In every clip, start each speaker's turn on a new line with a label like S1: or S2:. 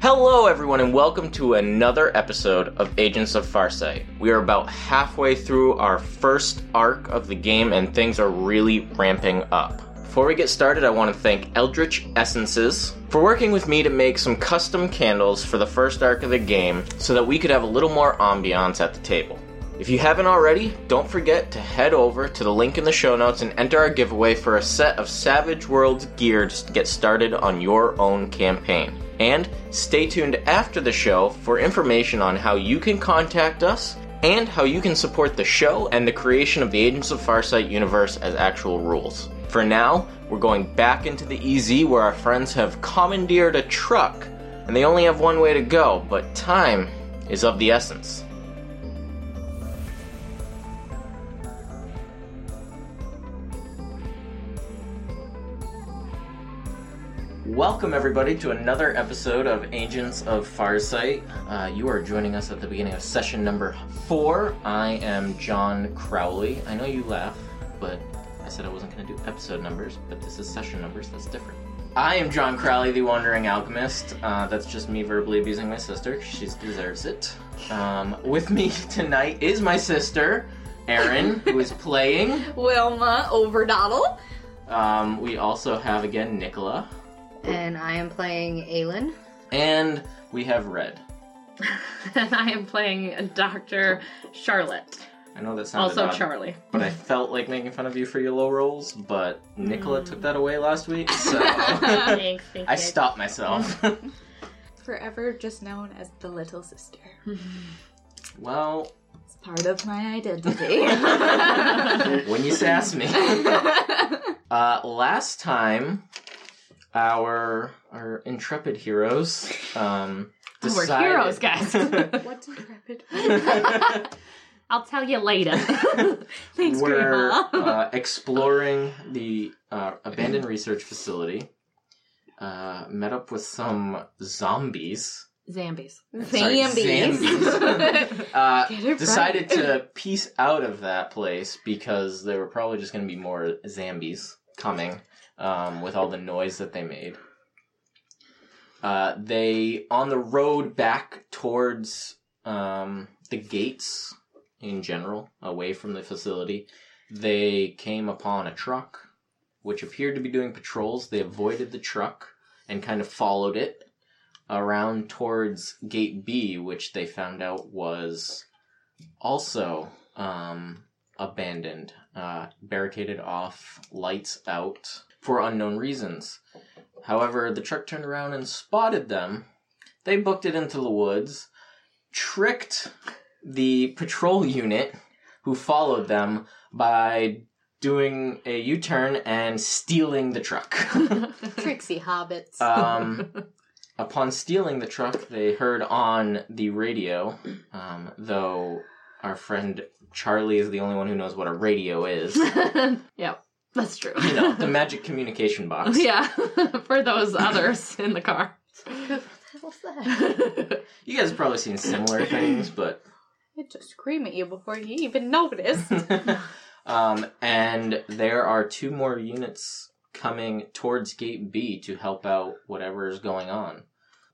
S1: Hello, everyone, and welcome to another episode of Agents of Farsight. We are about halfway through our first arc of the game, and things are really ramping up. Before we get started, I want to thank Eldritch Essences for working with me to make some custom candles for the first arc of the game so that we could have a little more ambiance at the table. If you haven't already, don't forget to head over to the link in the show notes and enter our giveaway for a set of Savage Worlds gear to get started on your own campaign. And stay tuned after the show for information on how you can contact us and how you can support the show and the creation of the Agents of Farsight universe as actual rules. For now, we're going back into the EZ where our friends have commandeered a truck and they only have one way to go, but time is of the essence. Welcome, everybody, to another episode of Agents of Farsight. Uh, you are joining us at the beginning of session number four. I am John Crowley. I know you laugh, but I said I wasn't going to do episode numbers, but this is session numbers. That's different. I am John Crowley, the Wandering Alchemist. Uh, that's just me verbally abusing my sister. She deserves it. Um, with me tonight is my sister, Erin, who is playing.
S2: Wilma Overdoddle.
S1: Um, we also have, again, Nicola.
S3: And I am playing Aelin.
S1: And we have Red.
S2: And I am playing Dr. Charlotte.
S1: I know that sounds
S2: Also Charlie.
S1: but I felt like making fun of you for your low rolls. But Nicola took that away last week, so
S4: Thanks, thank
S1: I
S4: you.
S1: stopped myself.
S5: Forever just known as the little sister.
S1: well,
S5: It's part of my identity.
S1: when you sass me. uh, last time, our our intrepid heroes um,
S4: Oh, we're
S1: decided.
S4: heroes, guys.
S5: What's intrepid?
S4: I'll tell you later.
S2: Thanks,
S1: we're
S2: Grandma.
S1: uh, exploring the uh, abandoned research facility. Uh, met up with some zombies.
S4: Zombies.
S1: Sorry, Zambies. Uh, decided to piece out of that place because there were probably just going to be more zombies coming um, with all the noise that they made. Uh, they on the road back towards um, the gates in general, away from the facility. They came upon a truck, which appeared to be doing patrols. They avoided the truck and kind of followed it around towards Gate B, which they found out was also um, abandoned, uh, barricaded off, lights out for unknown reasons. However, the truck turned around and spotted them. They booked it into the woods, tricked the patrol unit who followed them by doing a U turn and stealing the truck.
S3: Trixie Hobbits.
S1: Um, upon stealing the truck, they heard on the radio, um, though our friend Charlie is the only one who knows what a radio is.
S4: yep, that's true.
S1: You know, the magic communication box.
S4: yeah, for those others in the car.
S3: What's that?
S1: You guys have probably seen similar things, but.
S5: It just scream at you before you even notice.
S1: um, and there are two more units coming towards Gate B to help out whatever is going on.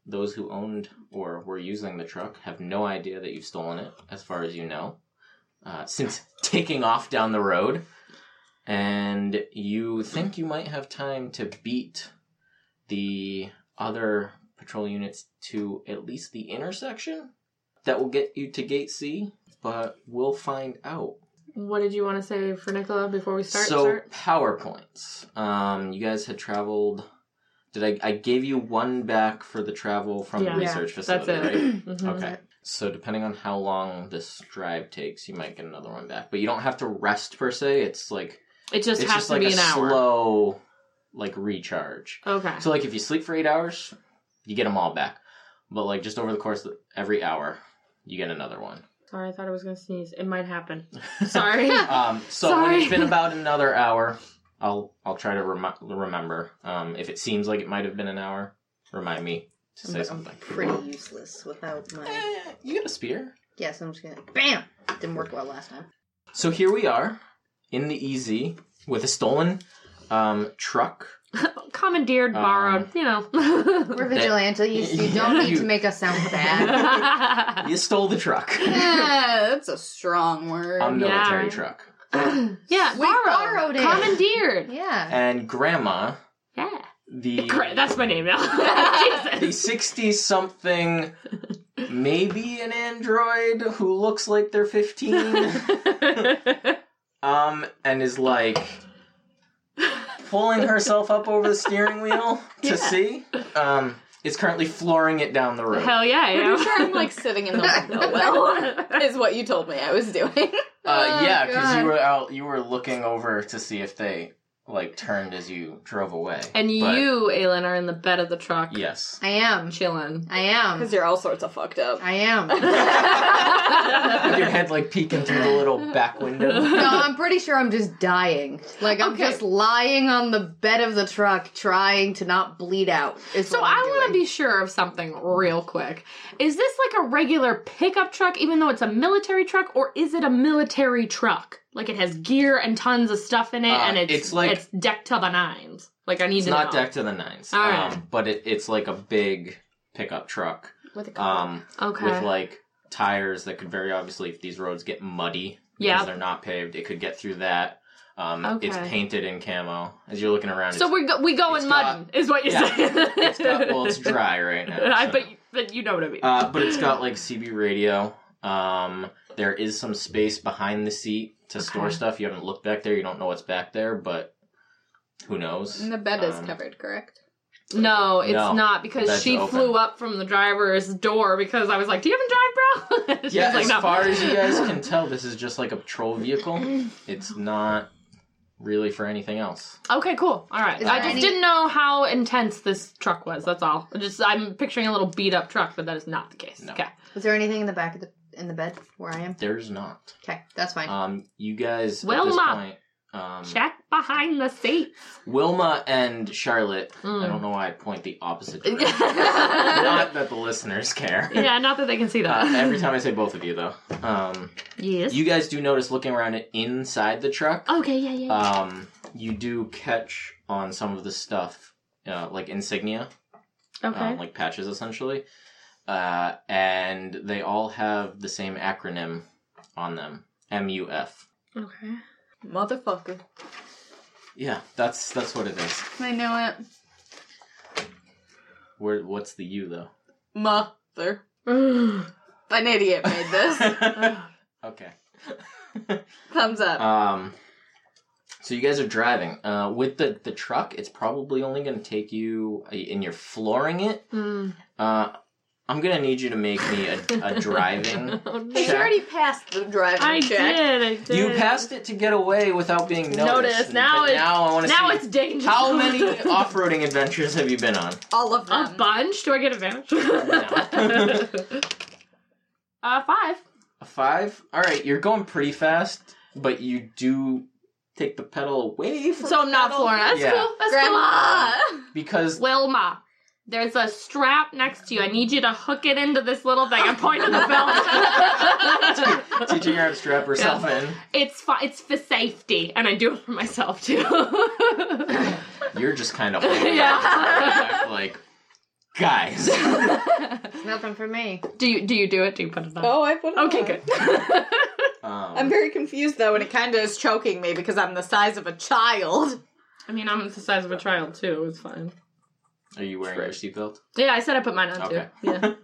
S1: Those who owned or were using the truck have no idea that you've stolen it, as far as you know, uh, since taking off down the road. And you think you might have time to beat the other patrol units to at least the intersection that will get you to Gate C, but we'll find out.
S4: What did you want to say for Nicola before we start?
S1: So
S4: start?
S1: powerpoints. Um, you guys had traveled. Did I? I gave you one back for the travel from
S4: Yeah.
S1: the research
S4: That's
S1: facility, right?
S4: it. Mhm.
S1: Okay. So depending on how long this drive takes, you might get another one back. But you don't have to rest per se. It's like
S4: It just
S1: it's
S4: has
S1: just
S4: to
S1: like
S4: be
S1: a
S4: an hour.
S1: slow, like recharge.
S4: Okay.
S1: So like if you sleep for eight hours, you get them all back. But like just over the course of every hour, you get another one.
S4: Sorry, I thought I was gonna sneeze. It might happen. Sorry.
S1: Um, so when
S4: Sorry.
S1: it's been about another hour, I'll I'll try to remi- remember. Um, if it seems like it might have been an hour, remind me to say something.
S3: Pretty useless without my.
S1: Eh, you got a spear.
S3: Yes, I'm just gonna. Bam! Didn't work well last time.
S1: E So here we are in the EZ with a stolen um, truck
S4: Commandeered,
S1: Um,
S4: borrowed, you
S3: We're
S4: know.
S1: That-
S3: vigilantes. You, you don't need
S1: You-
S3: to make us sound bad.
S1: You stole the truck.
S3: yeah, that's a strong word.
S1: A military
S4: right.
S1: truck.
S4: yeah,
S3: we
S4: borrowed.
S3: borrowed it.
S4: Commandeered.
S3: yeah.
S1: And Grandma,
S4: Yeah.
S1: the
S4: Great, that's my name now.
S1: the
S4: Jesus.
S1: 60 something, maybe an android who looks like they're 15, um, and is like pulling herself up over the steering wheel to
S4: Yeah.
S1: see. Um, is currently flooring it down the road.
S4: Hell yeah, I am.
S5: Pretty sure I'm like sitting in the window. Well, is what you told me I was doing.
S1: Uh,
S3: Oh,
S1: yeah, because you
S3: God.
S1: were out, you were looking over to see if they like turned as you drove away.
S4: And
S1: But-
S4: you, Aelin, are in the bed of the truck.
S1: yes,
S3: I am.
S4: Chilling.
S3: I am.
S5: Because you're all sorts of fucked up.
S3: I am.
S1: with your head like peeking through the little back window.
S3: No, I'm pretty sure I'm just dying. Like I'm
S4: Okay.
S3: just lying on the bed of the truck, trying to not bleed out. Is
S4: So I want to be sure of something real quick. Is this like a regular pickup truck, even though it's a military truck, or is it a military truck? Like it has gear and tons of stuff in it,
S1: Uh,
S4: and it's
S1: it's like-
S4: it's decked to the nines. Like I need
S1: It's
S4: to
S1: not
S4: know.
S1: decked to the nines,
S4: All right.
S1: um, but it, it's like a big pickup truck
S5: With a
S1: um,
S4: Okay.
S1: with like tires that could very obviously, if these roads get muddy because
S4: yeah.
S1: they're not paved, it could get through that. Um, It's
S4: Okay.
S1: painted in camo. As you're looking around,
S4: So
S1: it's,
S4: we go we go
S1: it's
S4: in
S1: got-
S4: mud is what you're
S1: yeah,
S4: saying.
S1: it's got, well, it's dry right now.
S4: I
S1: so-
S4: but but you know what I mean.
S1: Uh, but it's got like CB radio. Um, there is some space behind the seat to store
S4: Okay.
S1: stuff. You haven't looked back there. You don't know what's back there, but who knows?
S5: And the bed is
S1: Um,
S5: covered, correct?
S4: No, it's
S1: No, that's
S4: not because she
S1: open.
S4: flew up from the driver's door because I was like, "Do you have a drive, bro?" She
S1: Yeah,
S4: was like,
S1: as
S4: "No."
S1: far as you guys can tell, this is just like a patrol vehicle. It's not really for anything else.
S4: Okay, cool. All right,
S3: Is
S4: I
S3: there
S4: just
S3: any-
S4: didn't know how intense this truck was. That's all. Just I'm picturing a little beat up truck, but that is not the case.
S1: No.
S4: Okay.
S3: Is there anything in the back of the in the bed where I am?
S1: There's not.
S3: Okay, that's fine.
S1: Um, you guys at this
S4: Wilma.
S1: point. Um,
S4: Check behind the seat.
S1: Wilma and Charlotte. I
S4: Mm.
S1: don't know why I point the opposite. direction.
S4: yeah,
S1: not that the listeners care.
S4: not that they can see that.
S1: Uh, every time I say both of you though. Um,
S4: yes.
S1: You guys do notice looking around it inside the truck.
S4: Okay. Yeah. Oh, Yeah. yeah.
S1: Um, you do catch on some of the stuff, uh, like insignia,
S4: okay.
S1: um, like patches essentially, uh, and they all have the same acronym on them: MUF.
S4: okay.
S5: Motherfucker.
S1: Yeah, that's that's what it is.
S5: I know it.
S1: Where what's the U though?
S5: Mother. An idiot made this.
S4: Uh,
S1: okay.
S5: Thumbs up.
S1: Um, so you guys are driving uh, with the the truck. It's probably only going to take you, uh, and you're flooring it.
S4: Mm.
S1: Uh, I'm gonna need you to make me a, a driving.
S4: Oh, no.
S5: Hey, she
S1: check.
S5: already passed the driving
S4: I
S5: check.
S4: did. I did.
S1: you passed it to get away without being noticed.
S4: Noticed. Now
S1: but
S4: it's-
S1: now I want to
S4: Now
S1: see
S4: it's dangerous.
S1: how many off-roading adventures have you been on?
S5: All of
S4: A
S5: them.
S4: bunch? Do I get advantage? uh, five.
S1: A five. All right, you're going pretty fast, but you do take the pedal away from
S4: So I'm not flooring. That's
S1: Yeah.
S4: cool. That's
S5: Grandma!
S1: because
S4: cool. Wilma, there's a strap next to you. I need you to hook it into this little thing. I'm pointing the belt.
S1: teaching her how to strap herself
S4: it's fi- It's for safety, and I do it for myself too.
S1: in, you're just kind of holding
S4: Yeah.
S1: on to the back, like guys. um,
S3: Nothing for me.
S4: do you do you do it? Do you put it on?
S5: Oh, I put it
S4: okay,
S5: on.
S4: good.
S1: Um,
S5: I'm very confused though, and it kind of is choking me because I'm the size of a child.
S4: I mean, I'm the size of a child too. It's fine.
S1: Are you wearing your seatbelt?
S4: Yeah, I said I put mine on
S1: Okay.
S4: too. Yeah.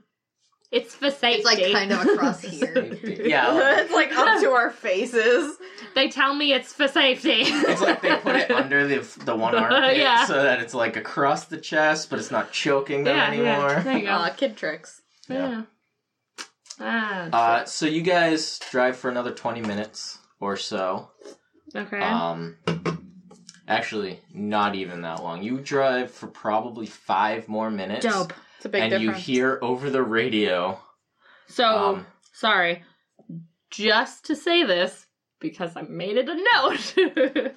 S4: It's for safety.
S3: It's like kind of across here.
S1: Yeah, like-
S5: it's like up to our faces.
S4: They tell me it's for safety.
S1: It's like they put it under the the one armpit
S4: Yeah.
S1: so that it's like across the chest, but it's not choking them
S4: yeah, yeah.
S1: anymore.
S4: There you go.
S5: Aw, kid tricks.
S1: Yeah.
S4: yeah. Ah,
S1: Uh, so you guys drive for another twenty minutes or so.
S4: okay.
S1: Um, actually, not even that long. You drive for probably five more minutes,
S4: Dope.
S5: It's a big
S1: and you
S5: difference.
S1: hear over the radio.
S4: So,
S1: Um,
S4: sorry. Just to say this, because I made it a note.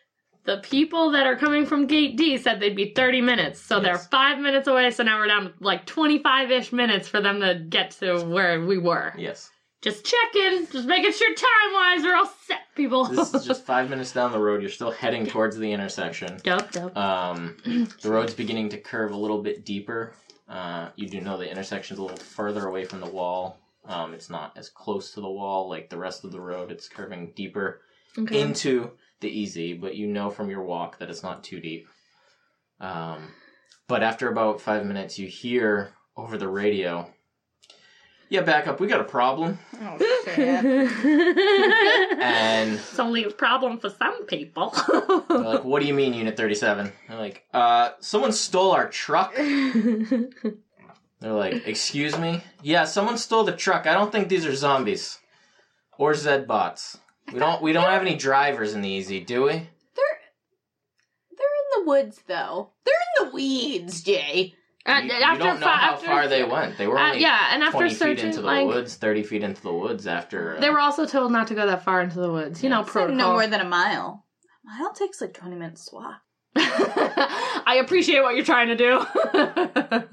S4: the people that are coming from Gate D said they'd be 30 minutes. So they're
S1: Yes.
S4: five minutes away. So now we're down to like 25 ish minutes for them to get to where we were.
S1: yes,
S4: Just checking, just making sure time wise we're all set, people.
S1: This is just five minutes down the road. You're still heading towards the intersection.
S4: dope, dope.
S1: Um, the road's beginning to curve a little bit deeper. Uh, you do know the intersection's a little further away from the wall. Um, it's not as close to the wall like the rest of the road. It's curving deeper
S4: Okay.
S1: into the easy, but you know from your walk that it's not too deep. Um, but after about five minutes, you hear over the radio, "Yeah, back up. We got a problem."
S5: Oh, shit.
S1: And
S4: it's only a problem for some people.
S1: They're like, what do you mean, Unit 37? They're like, uh, someone stole our truck. They're like, excuse me? Yeah, someone stole the truck. I don't think these are zombies. Or Zed bots. We don't we don't have any drivers in the easy, do we?
S4: Uh,
S5: They're in the woods, though. They're in the weeds, Jay.
S4: Uh,
S1: you, you don't know
S4: fi-
S1: how
S4: after-
S1: far they went. They were
S4: Uh,
S1: only
S4: yeah, and after
S1: twenty feet
S4: searching,
S1: into the
S4: like
S1: woods, thirty feet into the woods after uh,
S4: they were also told not to go that far into the woods. You know,
S5: It's like
S4: protocol.
S5: no more than a mile. A mile takes like 20 minutes to walk.
S4: I appreciate what you're trying to do.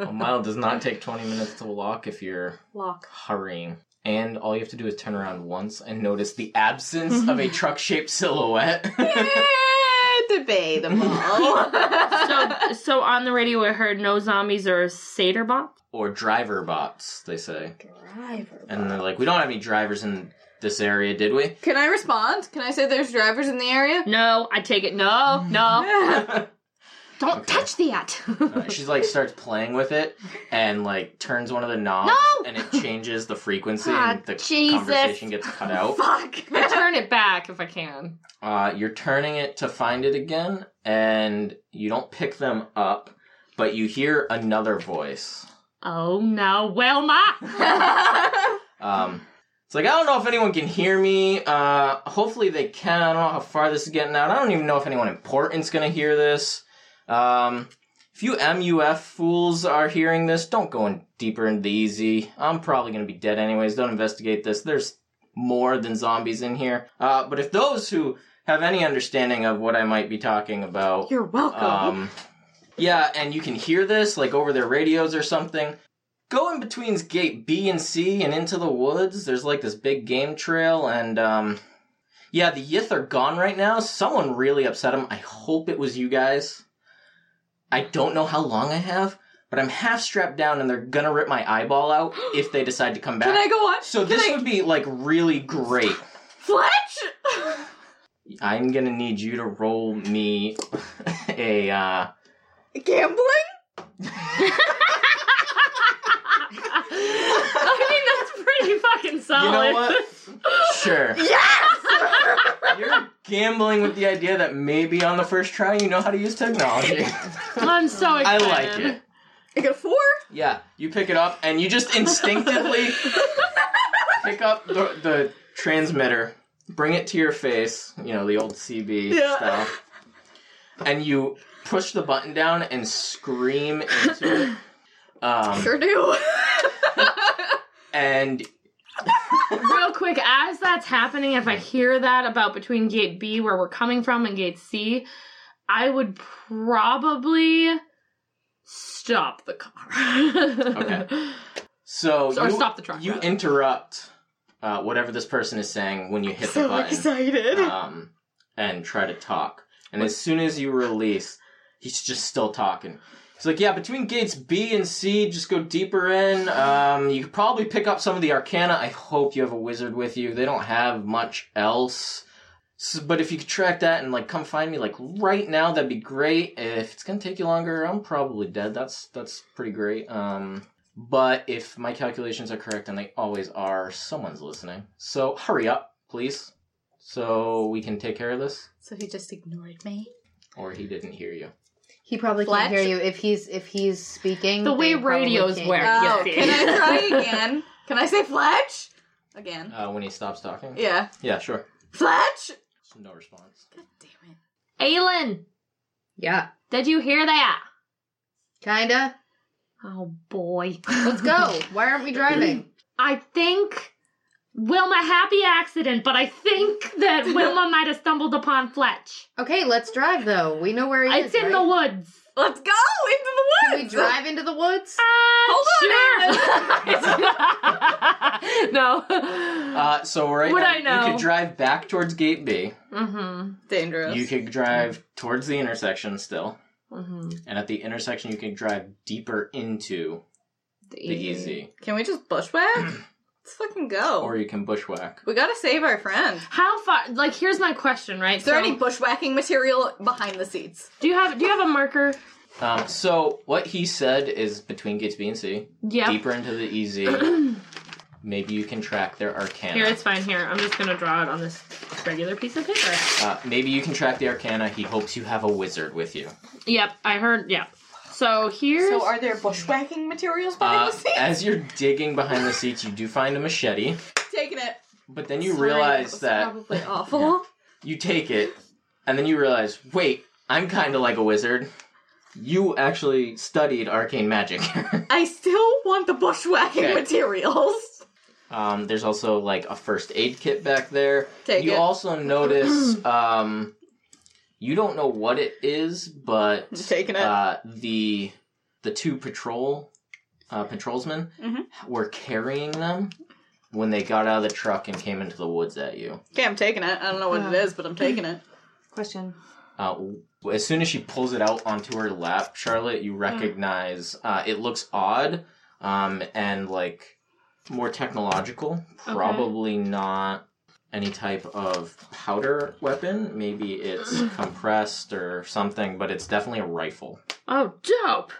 S1: a mile does not take twenty minutes to walk if you're
S4: Lock.
S1: hurrying. And all you have to do is turn around once and notice the absence of a truck shaped silhouette.
S5: Eh, Debatable.
S4: So, so on the radio, I heard no zombies or satyr bots.
S1: or driver bots, they say.
S3: Driver.
S1: And they're like, we don't have any drivers in this area, did we?
S5: Can I respond? Can I say there's drivers in the area?
S4: No, I take it. No, no,
S1: Alright,
S4: don't
S1: Okay.
S4: touch that.
S1: She's Uh, like starts playing with it and like turns one of the knobs
S4: No!
S1: and it changes the frequency
S4: Ah,
S1: and the
S4: Jesus.
S1: conversation gets cut out.
S4: I turn it back if I can.
S1: Uh, you're turning it to find it again and you don't pick them up, but you hear another voice.
S4: Oh no, Wilma.
S1: Um, it's like, I don't know if anyone can hear me. Uh, hopefully they can. I don't know how far this is getting out. I don't even know if anyone important's gonna hear this. Um, if you MUF fools are hearing this, don't go in deeper into the easy. I'm probably gonna be dead anyways. Don't investigate this. There's more than zombies in here. Uh, but if those who have any understanding of what I might be talking about,
S5: You're welcome.
S1: um, yeah, and you can hear this like over their radios or something. Go in between gate B and C and into the woods. There's like this big game trail, and um, yeah, the Yith are gone right now. Someone really upset them. I hope it was you guys. I don't know how long I have, but I'm half strapped down, and they're gonna rip my eyeball out if they decide to come back.
S5: Can I go watch?
S1: so
S5: Can
S1: this
S5: I-
S1: would be like really great.
S5: Fletch?
S1: I'm gonna need you to roll me a uh,
S5: Gambling?
S4: I mean, that's pretty fucking solid.
S1: You know what? Sure.
S5: Yes!
S1: You're gambling with the idea that maybe on the first try you know how to use technology.
S4: I'm so
S1: I
S4: excited.
S1: like it.
S5: I got a four?
S1: Yeah, you pick it up and you just instinctively pick up the, the transmitter, bring it to your face, you know, the old CB
S5: Yeah.
S1: style, and you push the button down and scream into it. Um,
S5: Sure do.
S1: And
S4: Real quick, as that's happening, if I hear that about between gate B, where we're coming from, and gate C, I would probably stop the car.
S1: Okay. so
S4: Or
S1: you,
S4: stop the truck.
S1: you
S4: rather.
S1: interrupt uh, whatever this person is saying when you hit the
S5: so
S1: button.
S5: excited.
S1: um, and try to talk. And as soon as you release, he's just still talking. He's like, yeah, between gates B and C, just go deeper in. Um, you could probably pick up some of the arcana. I hope you have a wizard with you. They don't have much else. S but if you could track that and like come find me like right now, that'd be great. If it's gonna take you longer, I'm probably dead. That's that's pretty great. Um, but if my calculations are correct, and they always are, someone's listening. So hurry up, please so we can take care of this
S5: So he just ignored me.
S1: or he didn't hear you
S3: He probably
S5: Fletch?
S3: can't hear you if he's if he's speaking.
S4: The way
S3: they probably
S4: radios
S3: can't
S4: work.
S3: hear you.
S5: Oh,
S4: Yucky.
S5: can I try again? Can I say Fletch? Again.
S1: uh, when he stops talking
S5: Yeah.
S1: yeah sure
S5: Fletch?
S1: no response
S5: God damn it.
S4: Aylin,
S3: Yeah,
S4: did you hear that?
S3: kinda.
S4: Oh boy.
S3: Let's go. Why aren't we driving?
S4: I think Wilma happy accident, but I think that Wilma might have stumbled upon Fletch.
S3: Okay, let's drive though. We know where he is.
S4: It's in
S3: right?
S4: the woods.
S5: Let's go into the
S3: Can
S5: woods.
S3: we drive into the woods?
S4: Hold sure. no.
S1: Uh, so right
S4: Would
S1: now,
S4: I know?
S1: you could drive back towards Gate B.
S4: mm-hmm.
S5: Dangerous.
S1: You could drive towards the intersection still,
S4: Mm-hmm.
S1: and at the intersection you can drive deeper into the E
S4: E
S1: easy,
S5: Can we just bushwhack? Let's fucking go.
S1: or you can bushwhack.
S5: we gotta save our friend.
S4: How far? Like, here's my question, right?
S5: Is there any bushwhacking material behind the seats?
S4: Do you have Do you have a marker?
S1: Um, so what he said is between Gates B and C,
S4: Yeah.
S1: deeper into the easy. Maybe you can track their arcana.
S4: Here, it's fine. Here, I'm just gonna draw it on this regular piece of paper.
S1: Uh, maybe you can track the arcana. He hopes you have a wizard with you.
S4: Yep, I heard. Yep. So here's.
S5: So are there bushwhacking materials behind
S1: Uh,
S5: the seats?
S1: as you're digging behind the seats, you do find a machete,
S5: Taking it.
S1: but then you realize that
S5: Probably awful.
S1: you take it, and then you realize, wait, I'm kind of like a wizard. You actually studied arcane magic.
S5: I still want the bushwhacking
S1: Okay.
S5: materials.
S1: um, there's also like a first aid kit back there.
S5: Take
S1: you
S5: it.
S1: also notice um, you don't know what it is, but
S5: Taking it.
S1: Uh, the the two patrol uh, patrolsmen
S5: Mhm.
S1: were carrying them when they got out of the truck and came into the woods at you.
S5: okay, I'm taking it. I don't know what it is, but I'm taking it.
S3: Question.
S1: Uh, w- as soon as she pulls it out onto her lap, Charlotte, you recognize uh, it looks odd um, and like more technological. Probably not any type of powder weapon. Maybe it's compressed or something, but it's definitely a rifle
S4: oh, dope.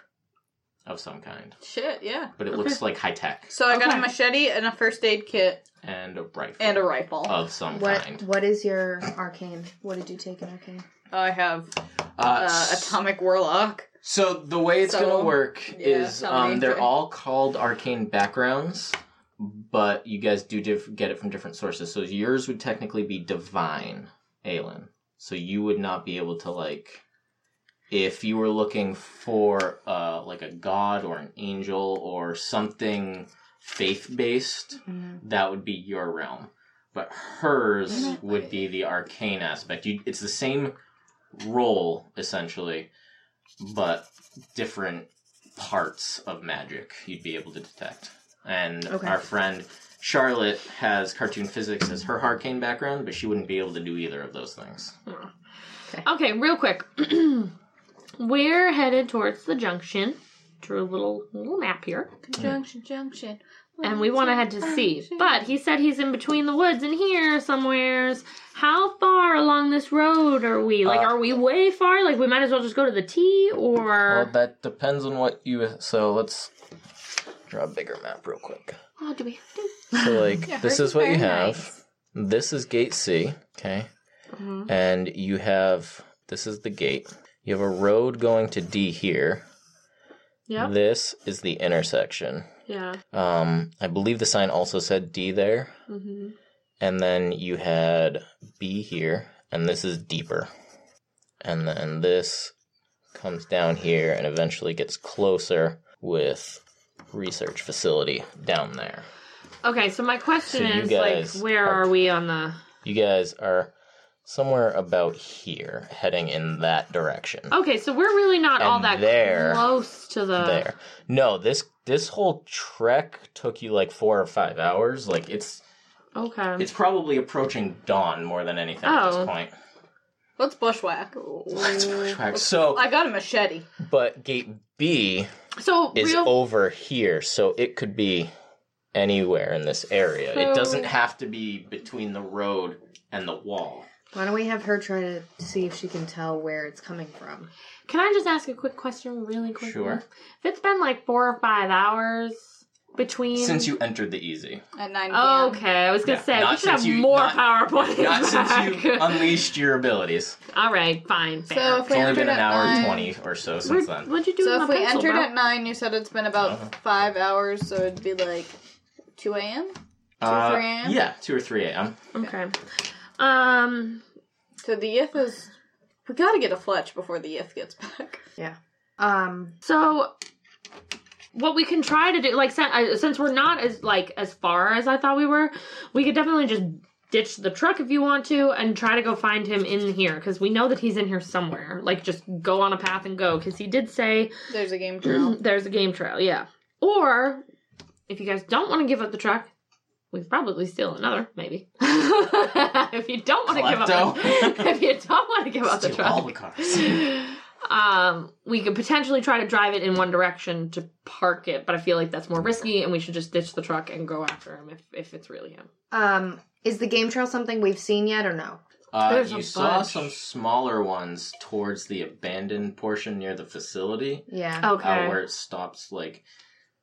S1: of some kind.
S5: Shit, yeah.
S1: But it looks like high tech
S5: So I got
S4: Okay.
S5: a machete and a first aid kit
S1: and a rifle
S5: and a rifle.
S1: of some
S3: What
S1: kind.
S3: What is your arcane? What did you take in arcane?
S5: I have
S1: Uh,
S5: uh,
S1: s-
S5: atomic warlock.
S1: So the way it's
S5: So,
S1: gonna work
S5: yeah,
S1: is
S5: tell me,
S1: um, they're
S5: Jay.
S1: all called arcane backgrounds, but you guys do diff- get it from different sources. So yours would technically be divine, Aelin. So you would not be able to like, if you were looking for uh, like a god or an angel or something faith based, that would be your realm. But hers would be the arcane aspect. You, it's the same role essentially, but different parts of magic you'd be able to detect. And
S3: Okay.
S1: our friend Charlotte has cartoon physics as her arcane background, but she wouldn't be able to do either of those things.
S4: Okay, real quick. We're headed towards the junction. Drew a little little map here,
S5: Junction, junction.
S4: and we want to head to C. But he said he's in between the woods and here somewheres. How far along this road are we? Like,
S1: Uh,
S4: are we way far? Like, we might as well just go to the T, or
S1: that depends on what you. So let's draw a bigger map real quick.
S4: oh, do we have to?
S1: So like this is what you
S5: very
S1: have.
S5: nice.
S1: This is gate C, okay?
S4: Mhm.
S1: And you have this is the gate. You have a road going to D here.
S4: Yep.
S1: This is the intersection.
S4: Yeah.
S1: Um I believe the sign also said D there.
S4: Mm-hmm.
S1: And then you had B here and this is deeper. And then this comes down here and eventually gets closer with research facility down there.
S4: Okay, so my question
S1: So you
S4: is
S1: guys
S4: like, where
S1: are-
S4: are we on the?
S1: You guys are somewhere about here, heading in that direction.
S4: Okay, so we're really not all
S1: And
S4: that
S1: there-
S4: close to the.
S1: There. No, this this whole trek took you like four or five hours. Like it's
S4: Okay.
S1: it's probably approaching dawn more than anything at
S4: Oh.
S1: this point.
S5: Let's bushwhack.
S1: Let's backtrack. So,
S5: I got a machete.
S1: but gate B
S4: so
S1: is
S4: real.
S1: over here, so it could be anywhere in this area.
S4: So-
S1: It doesn't have to be between the road and the wall.
S3: Why don't we have her try to see if she can tell where it's coming from?
S4: Can I just ask a quick question, really quick?
S1: Sure.
S4: If it's been like four or five hours between.
S1: Since you entered the easy.
S5: At 9 p.m.
S4: Okay, I was gonna
S1: Yeah,
S4: say we
S1: not
S4: should have
S1: since you-
S4: more
S1: not-
S4: PowerPoint.
S1: Not since
S4: back.
S1: you unleashed your abilities.
S4: All right, fine. Fair.
S5: So if
S1: It's
S5: we
S1: only
S5: entered
S1: been an
S5: at
S1: hour and
S5: nine,
S1: twenty or so
S4: Where-
S1: since then.
S4: what'd you do? with
S5: So if
S4: my
S5: we
S4: pencil,
S5: entered
S4: bro?
S5: at nine, you said it's been
S1: Uh-huh.
S5: about five hours, so it'd be like two a.m.
S1: Uh,
S5: 3 a.m.?
S1: Yeah, two or three a.m.
S4: Okay. Um.
S5: So the Yith is. We gotta get a Fletch before the Yith gets back.
S3: Um,
S4: So, what we can uh, try to do, like, since, since we're not as like as far as I thought we were, we could definitely just ditch the truck if you want to and try to go find him in here because we know that he's in here somewhere. Like just go on a path and go because he did say
S5: There's a game trail.
S4: there's a game trail, yeah. Or if you guys don't want to give up the truck, we could probably steal another, maybe. if you don't want to give up
S1: Klepto.
S4: the, if you don't want to give up the
S1: Steal all the
S4: truck,
S1: cars.
S4: um, we could potentially try to drive it in one direction to park it, but I feel like that's more risky and we should just ditch the truck and go after him if, if it's really him.
S3: Um, is the game trail something we've seen yet or no?
S1: Uh,
S4: There's a
S1: you saw
S4: bunch.
S1: some smaller ones towards the abandoned portion near the facility,
S3: Yeah.
S4: Okay.
S1: uh, where it stops. Like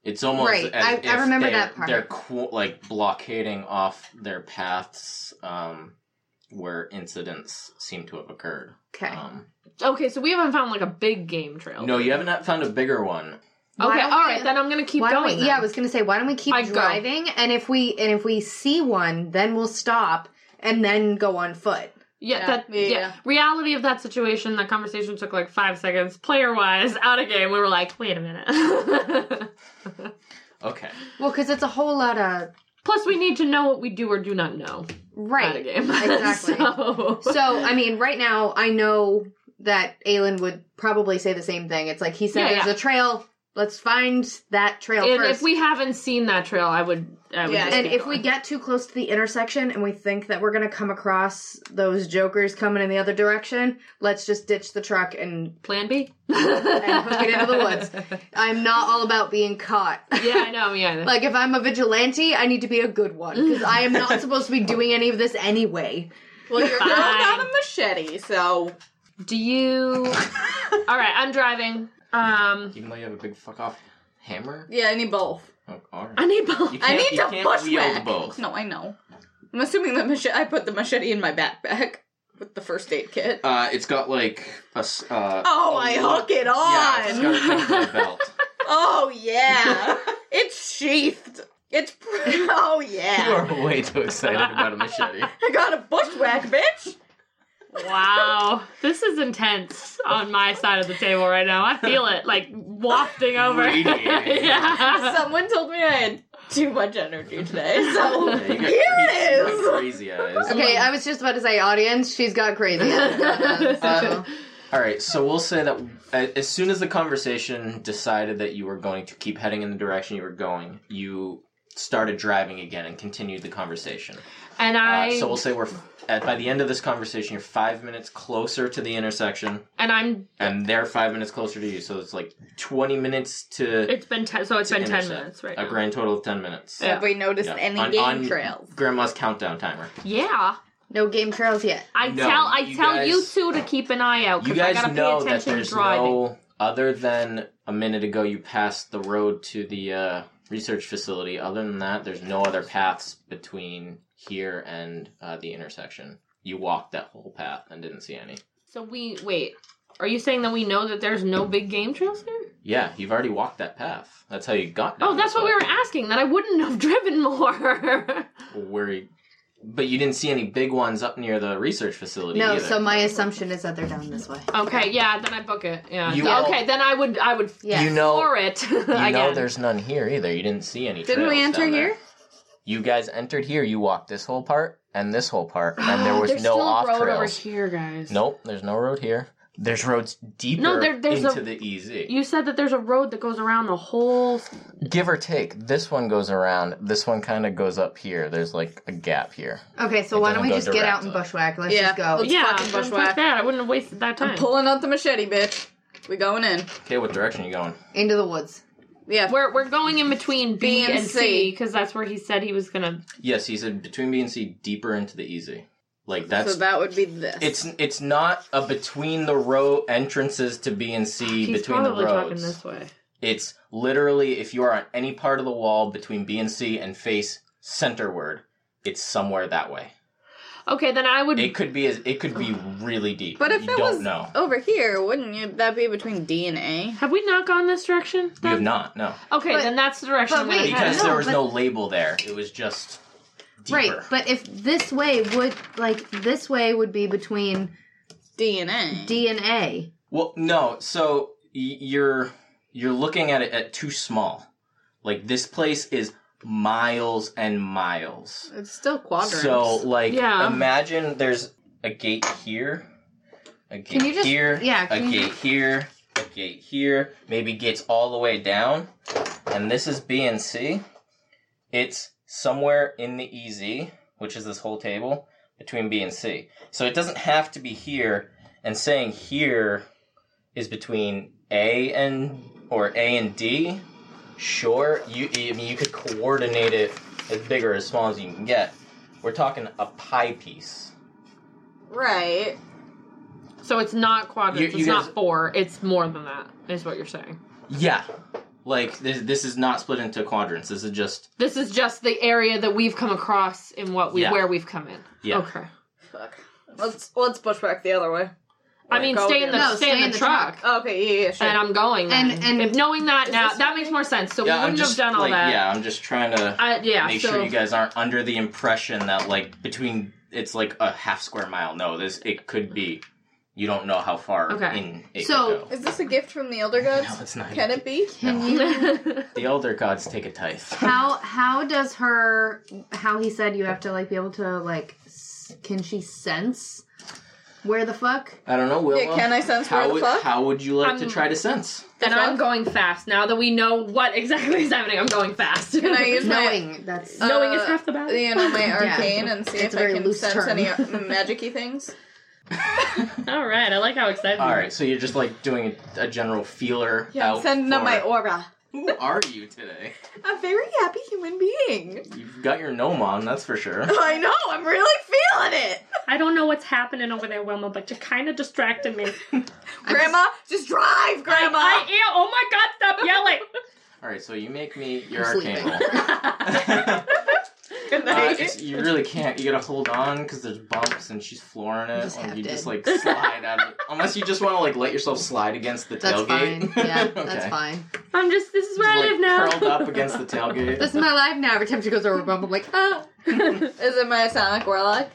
S1: it's almost
S3: Right,
S1: as
S3: I- I
S1: if
S3: remember
S1: they,
S3: that part.
S1: They're qu- like blockading off their paths um, where incidents seem to have occurred.
S3: Okay.
S1: Um,
S4: Okay, so we haven't found like a big game trail.
S1: no, you haven't found a bigger one.
S3: Why
S4: Okay, all
S3: don't
S4: right,
S3: we-
S4: then I'm gonna keep
S3: why
S4: going.
S3: don't we,
S4: then.
S3: Yeah, I was gonna say, why don't we keep
S4: I go.
S3: driving? And if we and if we see one, then we'll stop and then go on foot.
S4: Yeah,
S5: Yeah.
S4: that
S5: Yeah,
S4: yeah.
S5: yeah.
S4: Reality of that situation, that conversation took like five seconds. Player wise, out of game, we were like, wait a minute.
S1: Okay,
S3: Well, because it's a whole lot of
S4: Plus, we need to know what we do or do not know out of
S3: right.
S4: game.
S3: Exactly.
S4: so,
S3: So I mean, right now I know that Aelin would probably say the same thing. It's like he said,
S4: Yeah,
S3: "There's
S4: yeah.
S3: a trail. Let's find that trail
S4: and
S3: first.
S4: if we haven't seen that trail, I would. I would
S5: Yeah.
S4: just
S3: and
S4: keep
S3: if we
S4: going.
S3: get too close to the intersection and we think that we're gonna come across those jokers coming in the other direction, let's just ditch the truck and
S4: Plan B,
S3: and hook it into the woods. I'm not all about being caught.
S4: yeah, I know. Yeah,
S3: Like if I'm a vigilante, I need to be a good one because I am not supposed to be doing any of this anyway.
S5: Well, you're
S4: Fine.
S5: girl got a machete, so
S4: do you? All right, I'm driving. Um,
S1: even though you have a big fuck off hammer.
S5: yeah, I need both.
S1: Oh, all right.
S4: I need both.
S1: You
S5: I
S1: can't- you
S5: need to
S1: can't wield
S5: bushwhack.
S1: both.
S5: No, I know. I'm assuming the machete. I put the machete in my backpack with the first aid kit.
S1: Uh, it's got like a. s- Uh,
S5: oh,
S1: a
S5: I
S1: lo-
S5: hook it
S1: Yeah, it's
S5: on.
S1: got a thing for a belt.
S5: oh yeah, it's sheathed. It's pr- oh yeah.
S1: You are way too excited about a machete.
S5: I got a bushwhack, bitch.
S4: Wow, this is intense on my side of the table right now. I feel it like wafting over.
S1: Radiating.
S4: yeah.
S5: Someone told me I had too much energy today, so
S1: Yeah, you got
S5: here it
S1: crazy,
S5: is.
S1: you got crazy eyes.
S3: Okay, I was just about to say, audience, she's got crazy.
S1: Uh, all right, so we'll say that a- as soon as the conversation decided that you were going to keep heading in the direction you were going, you started driving again and continued the conversation.
S4: and
S1: Uh,
S4: I
S1: so we'll say we're f- at, by the end of this conversation, you're five minutes closer to the intersection,
S4: and I'm.
S1: and they're five minutes closer to you. So it's like twenty minutes to
S4: It's been ten. So it's
S1: To
S4: been ten
S1: intercept.
S4: minutes, right?
S1: a
S4: now.
S1: grand total of ten minutes.
S4: Yeah.
S5: Have we noticed
S1: Yeah.
S5: any
S1: On-
S5: game
S1: on
S5: trails?
S1: Grandma's countdown timer.
S4: Yeah,
S3: no game trails yet.
S4: I
S1: No,
S4: tell I
S1: you
S4: tell you
S1: guys-
S4: two to keep an eye out
S1: You
S4: because I
S1: guys
S4: gotta
S1: know
S4: pay
S1: that
S4: attention
S1: there's
S4: driving.
S1: no other than a minute ago you passed the road to the uh, research facility. Other than that, there's no other paths between here and uh, the intersection. You walked that whole path and didn't see any.
S4: So we wait. Are you saying that we know that there's no big game trails here?
S1: Yeah, you've already walked that path. That's how you got. down
S4: Oh,
S1: this
S4: that's what we
S1: way.
S4: were asking. That I wouldn't have driven more.
S1: Where, you- but you didn't see any big ones up near the research facility.
S3: No,
S1: either.
S3: so my assumption is that they're down this way.
S4: okay, yeah. Then I book it. Yeah.
S1: You
S4: Yeah,
S1: all-
S4: okay, then I would I would
S3: Yeah.
S1: you know
S4: for it
S1: You
S4: again.
S1: know there's none here either. You didn't see any.
S5: Didn't we
S1: trails
S5: enter
S1: down there.
S5: here?
S1: You guys entered here. You walked this whole part and this whole part, and there was
S4: There's
S1: no
S4: still a
S1: off
S4: road over
S1: trails.
S4: here, guys.
S1: Nope, there's no road here. There's roads deeper
S4: No, there- there's
S1: into
S4: a-
S1: the E EZ.
S4: You said that there's a road that goes around the whole.
S1: Give or take, this one goes around. This one kind of goes up here. There's like a gap here.
S3: Okay, so
S1: It
S3: why don't we
S1: doesn't go
S3: just get out
S1: directly.
S3: and bushwhack? Let's
S5: Yeah.
S3: just go.
S5: Let's-
S4: yeah,
S5: fucking
S4: fuck
S5: bushwhack.
S4: that. I wouldn't have wasted that time.
S5: I'm pulling out the machete, bitch. We going in.
S1: Okay, what direction are you going?
S3: Into the woods.
S5: Yeah.
S4: we're we're going in between B, and C because that's where he said he was gonna.
S1: Yes, he said between B and C, deeper into the EZ. Like that's
S5: so that would be this.
S1: it's it's not a between the row entrances to B and C
S4: He's
S1: between the
S4: probably talking
S1: roads.
S4: this way.
S1: It's literally if you are on any part of the wall between B and C and face centerward, it's somewhere that way.
S4: Okay, then I would.
S1: It could be as it could be really deep.
S5: But if
S1: you
S5: it
S1: don't
S5: was
S1: know,
S5: over here, wouldn't you, that be between D and A?
S4: have we not gone this direction?
S1: you have
S4: then?
S1: not. No,
S4: Okay,
S3: But-
S4: then that's the direction.
S3: but
S4: I'm gonna
S3: wait,
S4: head.
S1: because
S3: no,
S1: there was
S3: but-
S1: no label there. It was just deeper.
S3: Right, but if this way would like this way would be between
S5: D and A.
S3: D and A.
S1: well, no. So y- you're you're looking at it at too small. Like this place is miles and miles.
S5: It's still quadrants.
S1: So like
S4: Yeah.
S1: imagine there's a gate here, a gate
S3: you just-
S1: here,
S3: yeah,
S1: a
S3: can you-
S1: gate here, a gate here, maybe gates all the way down. And this is B and C. It's somewhere in the EZ, which is this whole table, between B and C. So it doesn't have to be here, and saying here is between A and or A and D. Sure, you I mean you could coordinate it as big or as small as you can get. We're talking a pie piece.
S5: right.
S4: So it's not quadrants.
S1: You- you
S4: it's
S1: guys-
S4: not four. It's more than that. Is what you're saying.
S1: Yeah, like this. This is not split into quadrants. This is just
S4: This is just the area that we've come across in what we
S1: Yeah.
S4: where we've come in.
S1: yeah.
S4: Okay.
S5: Fuck. Let's let's push back the other way.
S4: I mean,
S5: Go
S4: stay in the
S5: again.
S3: No,
S4: stay, in the truck.
S5: okay, yeah, yeah, sure.
S4: And I'm going. And
S3: And- and-
S4: and if knowing that now,
S5: this-
S4: that makes more sense. So
S1: Yeah,
S4: we
S1: I'm
S4: wouldn't
S1: just
S4: have done all
S1: like,
S4: that.
S1: Yeah, I'm just trying to
S4: I, yeah.
S1: make
S4: so
S1: sure you guys aren't under the impression that like between it's like a half square mile. No, this it could be. You don't know how far
S4: Okay.
S1: in it could
S3: So-
S1: go.
S5: Is this a gift from the elder gods?
S1: No, it's not.
S5: Can it be?
S3: Can
S1: No.
S3: you?
S1: The elder gods take a tithe.
S3: How how does her? How he said you have to like be able to like. s- Can she sense where the fuck?
S1: I don't know, Willow.
S5: Yeah, can I sense
S1: how
S5: where the
S1: would,
S5: fuck?
S1: How would you like to
S4: I'm-
S1: try to sense?
S4: and I'm
S5: fuck?
S4: going fast now that we know what exactly is happening. I'm going fast.
S5: Can I use my
S3: Knowing that's
S5: Uh,
S4: Knowing is half the battle.
S5: you know my arcane and see
S3: It's
S5: if
S3: a
S5: I
S3: very
S5: can
S3: loose
S5: sense
S3: term.
S5: any ar- magic-y things?
S4: All right. I like how excited.
S1: All right, so you're just like doing a, a general feeler
S5: Yeah,
S1: out.
S5: I'm sending
S1: for,
S5: up my aura.
S1: Who are you today?
S5: A very happy human being.
S1: You've got your gnome on, that's for sure.
S5: I know. I'm really feeling it.
S2: I don't know what's happening over there, Wilma, but you're kind of distracting me.
S5: Grandma, just drive, Grandma.
S2: I am. Oh my god, stop yelling.
S1: All right, so you make me your
S3: I'm
S1: arcane
S3: sleeping.
S1: roll. uh,
S5: Good night.
S1: it's- you really can't. You gotta hold on because there's bumps and she's flooring it,
S3: just
S1: and
S3: half
S1: you just like
S3: dead.
S1: slide out. Of it. Unless you just want to like let yourself slide against the
S3: that's fine.
S1: tailgate.
S3: Yeah,
S1: Okay.
S3: that's fine.
S2: I'm just. This is where
S1: Just,
S2: I
S1: like,
S2: live now.
S1: curled up against the tailgate.
S3: This is my life now. Every time she goes over a bump, I'm like, ah.
S5: Is it my Sonic Warlock?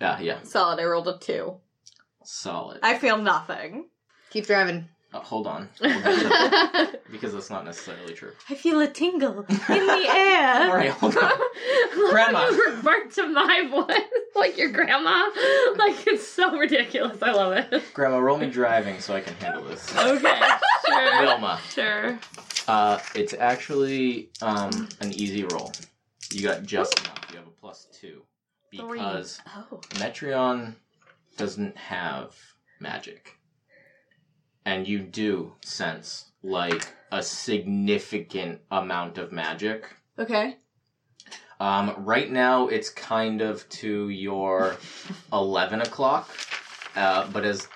S1: yeah, yeah,
S5: Solid. I rolled a two.
S1: solid.
S5: I feel nothing.
S3: Keep driving.
S1: Uh, hold on, because that's not necessarily true.
S2: I feel a tingle in the air.
S1: All right, hold on. Grandma.
S2: you revert to my voice like your grandma. Like it's so ridiculous. I love it.
S1: Grandma, roll me driving so I can handle this.
S2: Okay, sure,
S1: Wilma,
S2: sure.
S1: uh, it's actually um, an easy roll. You got just enough. You have a plus two because
S5: Oh.
S1: Metreon doesn't have magic, and you do sense like a significant amount of magic.
S5: Okay.
S1: Um, right now, it's kind of to your eleven o'clock, uh, but as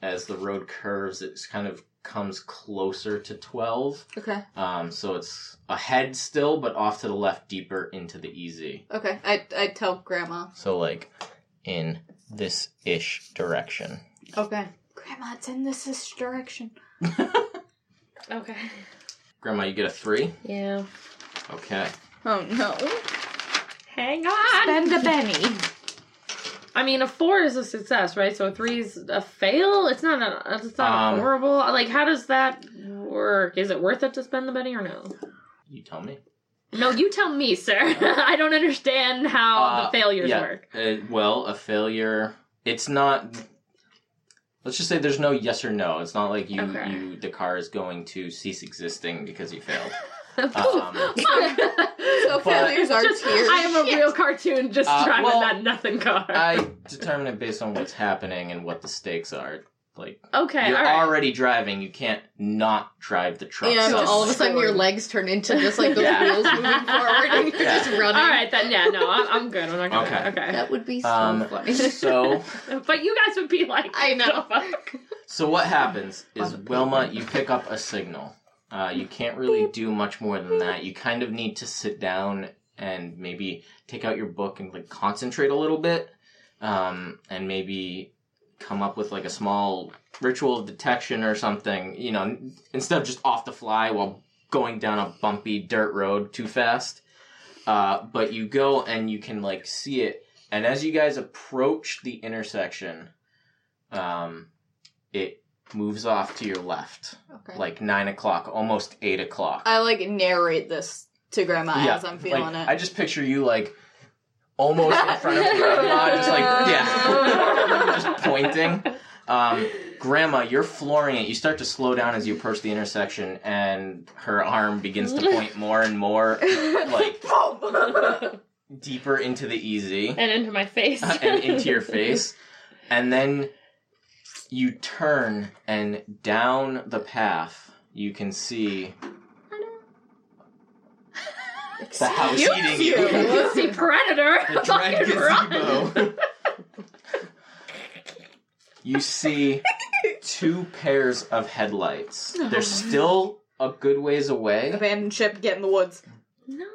S1: as the road curves, it's kind of comes closer to twelve.
S5: Okay.
S1: Um, so it's ahead still, but off to the left, deeper into the easy.
S5: Okay. I I tell Grandma.
S1: So like in this ish direction.
S5: Okay. Grandma, it's in this, this direction.
S2: Okay.
S1: Grandma, you get a three.
S2: Yeah.
S1: Okay.
S5: Oh no.
S2: Hang on.
S5: Spend a penny.
S4: I mean, a four is a success, right? So a three is a fail. It's not a. It's not
S1: Um,
S4: a horrible. Like, how does that work? Is it worth it to spend the money or no?
S1: You tell me.
S4: No, you tell me, sir. I don't understand how
S1: Uh,
S4: the failures
S1: yeah.
S4: work.
S1: Uh, well, a failure. It's not. Let's just say there's no yes or no. It's not like you,
S4: Okay.
S1: you the car is going to cease existing because you failed. Um,
S4: Oh,
S5: So failures are
S4: Just-
S5: tears.
S4: I am a real cartoon just
S1: Uh,
S4: driving
S1: well, uh,
S4: that nothing car.
S1: I determine it based on what's happening and what the stakes are. Like
S4: okay,
S1: you're
S4: all right.
S1: already driving, you can't not drive the truck.
S5: Yeah,
S3: So
S5: Just
S3: all of a sudden, your
S5: going.
S3: legs turn into just like those
S1: Yeah.
S3: wheels moving forward, and you're
S1: Yeah.
S3: just running.
S4: all right, then, yeah, no, I'm, I'm good. I'm not gonna.
S1: Okay.
S4: Okay.
S3: That would be so
S1: Um,
S3: funny.
S1: so
S4: But you guys would be like,
S3: I know.
S4: "What the fuck?"
S1: So what happens is
S3: On the
S1: Wilma, you pick up a signal. Uh, you can't really do much more than that. You kind of need to sit down and maybe take out your book and like concentrate a little bit, um, and maybe come up with like a small ritual of detection or something. You know, instead of just off the fly while going down a bumpy dirt road too fast. Uh, but you go and you can like see it, and as you guys approach the intersection, um, it moves off to your left,
S5: okay.
S1: like nine o'clock, almost eight o'clock.
S5: I like narrate this to grandma
S1: yeah,
S5: as I'm feeling
S1: like,
S5: it.
S1: I just picture you like almost in front of grandma, just like yeah, just pointing. Um, grandma, you're flooring it. You start to slow down as you approach the intersection, and her arm begins to point more and more, like
S5: Oh.
S1: deeper into the easy
S2: and into my face.
S1: Uh, and into your face, and then you turn and down the path. You can see the house eating you.
S2: You see Predator.
S1: The dread
S2: Fucking run.
S1: gazebo. you see two pairs of headlights. They're still a good ways away,
S5: Abandoned ship, get in the woods.
S2: No.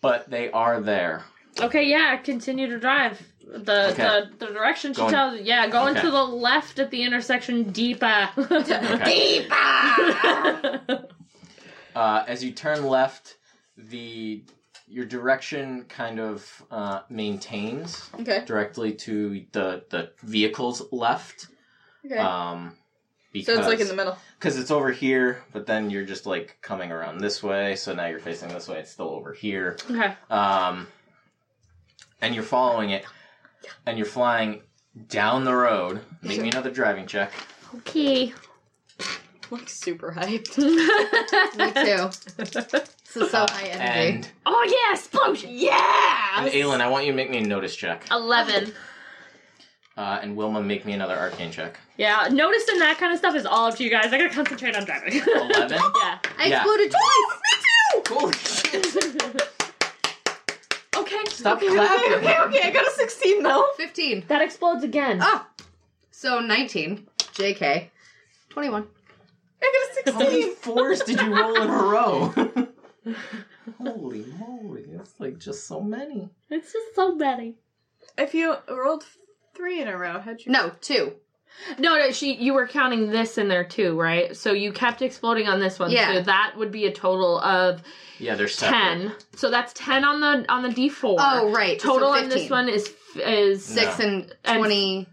S1: but they are there.
S2: Okay, yeah, continue to drive. The
S1: Okay.
S2: the, the direction she
S1: Going-
S2: tells you. Yeah, going
S1: Okay.
S2: to the left at the intersection deeper.
S1: Okay.
S3: Ah.
S1: Uh, as you turn left, the your direction kind of uh, maintains
S5: Okay.
S1: directly to the the vehicle's left.
S5: Okay.
S1: Um,
S5: so
S1: because
S5: it's like in the middle.
S1: because it's over here, but then you're just like coming around this way, so now you're facing this way. It's still over here,
S2: okay.
S1: um, and you're following it, and you're flying down the road. Make me another driving check.
S2: Okay.
S5: Like super hyped.
S3: Me
S2: oh
S3: too. This is so
S1: Uh,
S3: high energy.
S1: And,
S2: yeah, explosion. Yeah.
S1: and Aylin, I want you to make me a notice check,
S2: Eleven.
S1: uh, and Wilma, make me another arcane check.
S2: Yeah, noticing that kind of stuff is all up to you guys. I gotta concentrate on driving.
S1: Eleven.
S2: yeah.
S3: I
S1: yeah.
S3: exploded twice.
S1: Holy Oh, shit!
S2: Okay.
S1: Stop
S5: okay,
S1: clapping.
S5: okay, okay. I got a 16 though.
S3: Fifteen.
S2: That explodes again.
S3: Oh, so nineteen. Jk. Twenty-one.
S5: I got
S1: How
S5: a 16.
S1: many fours did you roll in a row? Holy moly! That's like just so many.
S2: It's just so many.
S5: if you rolled three in a row, how'd you?
S3: No, two.
S4: No, no, she. You were counting this in there too, right? So you kept exploding on this one.
S3: Yeah.
S4: So that would be a total of
S1: Yeah, they're separate.
S4: ten. So that's ten on the on the D four.
S3: Oh, right. so
S4: Total on
S3: 15.
S4: this one is is
S1: No.
S3: Six and
S4: And-
S3: twenty.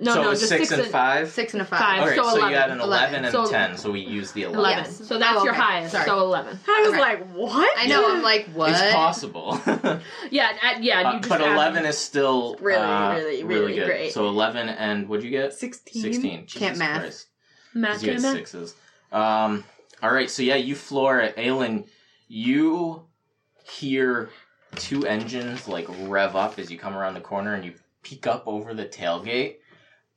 S4: no
S1: so it
S4: no
S1: was
S4: just
S1: six, and five.
S3: Six and a five.
S4: Five.
S1: Okay,
S4: so
S1: so, you
S4: 11.
S1: had an 11,
S3: 11.
S1: and
S4: So-
S1: 10, so we use the 11.
S4: Eleven.
S3: Yes.
S4: So that's
S3: Oh,
S4: your
S3: okay.
S4: highest.
S3: Sorry.
S4: So eleven.
S5: I was
S3: Right.
S5: like, what?
S3: I know. I'm like, what?
S1: It's possible. Uh,
S4: Yeah, uh, yeah. You just
S1: but
S4: add-
S1: 11 is still
S5: Really,
S1: uh,
S5: really, really
S1: good.
S5: great.
S1: So 11 and what'd you get?
S5: 16.
S1: 16. Jesus
S3: Can't math.
S1: Christ. 'Cause
S4: Math,
S1: you had
S4: math.
S1: sixes. Um, all right, so yeah, you floor it. Aelin, you hear two engines like rev up as you come around the corner and you peek up over the tailgate,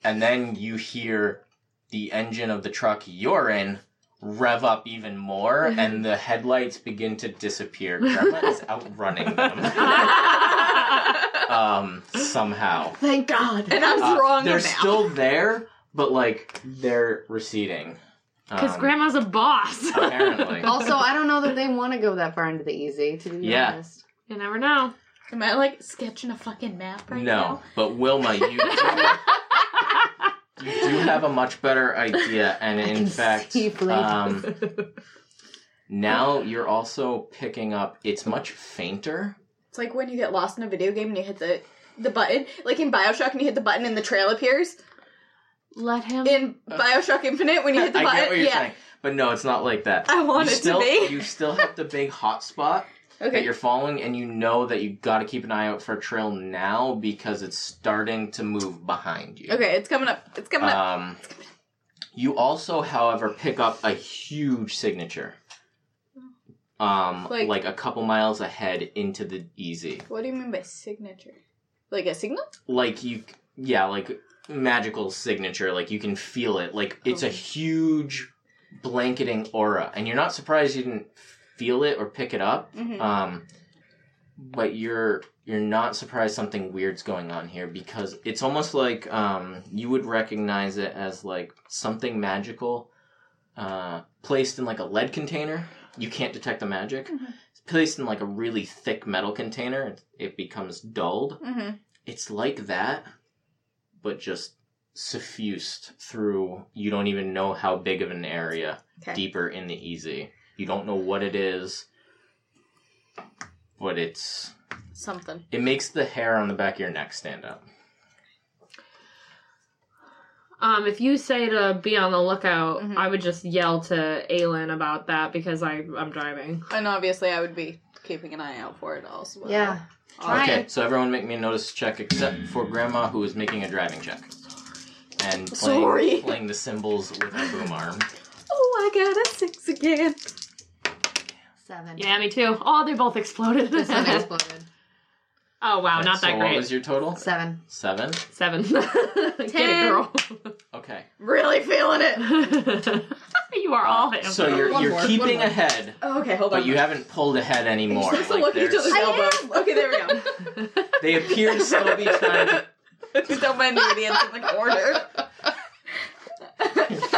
S1: and then you hear the engine of the truck you're in rev up even more,
S4: Mm-hmm.
S1: and the headlights begin to disappear. Grandma is outrunning them um, somehow.
S5: Thank God. And I was
S1: Uh,
S5: wrong
S1: they're
S5: about.
S1: still there, but like they're receding.
S4: Because
S1: Um,
S4: grandma's a boss.
S1: apparently.
S3: Also, I don't know that they want to go that far into the easy. To be
S1: Yeah.
S3: honest.
S4: you never know.
S5: Am I like sketching a fucking map right
S1: no, but Wilma, you do, you do have a much better idea, and in
S3: can
S1: fact,
S3: see Blade.
S1: um, now you're also picking up. It's much fainter.
S5: It's like when you get lost in a video game and you hit the the button, like in Bioshock, and you hit the button and the trail appears.
S4: Let him.
S5: In Bioshock Infinite, when you hit the
S1: Uh, I
S5: button,
S1: get what you're
S5: yeah,
S1: saying, but no, it's not like that.
S5: I want
S1: you
S5: it to
S1: still,
S5: be.
S1: You still have the big hot spot that
S5: okay,
S1: you're following, and you know that you've got to keep an eye out for a trail now because it's starting to move behind you.
S5: okay, it's coming up. It's coming up.
S1: Um, you also, however, pick up a huge signature. Um, like,
S5: Like-
S1: a couple miles ahead into the E easy.
S5: What do you mean by signature? Like a signal?
S1: Like you, yeah, like magical signature. Like you can feel it. Like it's a huge blanketing aura, and you're not surprised you didn't feel it or pick it up.
S5: Mhm.
S1: Um, but you're you're not surprised something weird's going on here because it's almost like um, you would recognize it as like something magical uh, placed in like a lead container. You can't detect the magic.
S5: Mhm.
S1: It's placed in like a really thick metal container. It, it becomes dulled.
S5: Mm-hmm.
S1: It's like that, but just suffused through. You don't even know how big of an area
S5: Okay.
S1: deeper in the easy. You don't know what it is, but it's
S5: Something.
S1: it makes the hair on the back of your neck stand up.
S4: Um, if you say to be on the lookout,
S3: Mm-hmm.
S5: Mhm.
S4: I would just yell to Aylin about that because I I'm driving.
S5: And obviously, I would be keeping an eye out for it also.
S3: Yeah.
S5: Alright.
S1: Okay, so everyone make me a notice check except for Grandma, who is making a driving check. And playing,
S5: Sorry.
S1: playing the cymbals with her boom arm.
S5: Oh, I got a six again.
S3: Seven.
S4: Yeah, me too. Oh, they both exploded.
S3: This one exploded.
S4: oh wow,
S1: Okay,
S4: not that
S1: so
S4: great.
S1: What was your total?
S3: Seven.
S1: Seven?
S4: Seven. Get
S5: Ten.
S1: Okay.
S5: Really feeling it.
S4: it, girl. you are all him.
S1: So you're,
S3: One
S1: you're
S3: more, one
S1: keeping
S3: more.
S1: ahead,
S5: Oh, okay, hold on.
S1: but you haven't pulled ahead
S5: You're
S1: anymore.
S5: supposed to
S1: Like,
S5: look at each
S1: there's-
S5: other's
S3: I
S5: elbows. Okay, there we go.
S1: they appear to still be trying to
S5: Don't mind the idiots in the corner.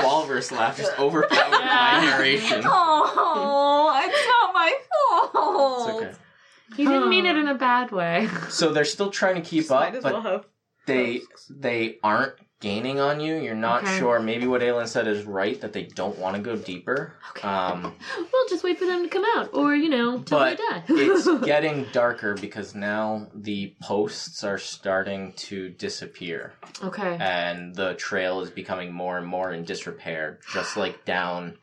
S1: Walrus laugh just overpowered my
S4: Yeah.
S1: narration.
S5: Oh, it's not my
S1: It's
S5: fault.
S1: okay.
S4: He didn't mean it in a bad way.
S1: So they're still trying to keep
S5: Might
S1: up,
S5: as
S1: but
S5: well have.
S1: they they aren't gaining on you. You're not
S4: Okay.
S1: sure. Maybe what Aelin said is right that they don't want to go deeper.
S4: Okay.
S1: Um,
S4: We'll just wait for them to come out, or you know, till
S1: but
S4: they die.
S1: it's getting darker because now the posts are starting to disappear,
S4: okay.
S1: and the trail is becoming more and more in disrepair, just like down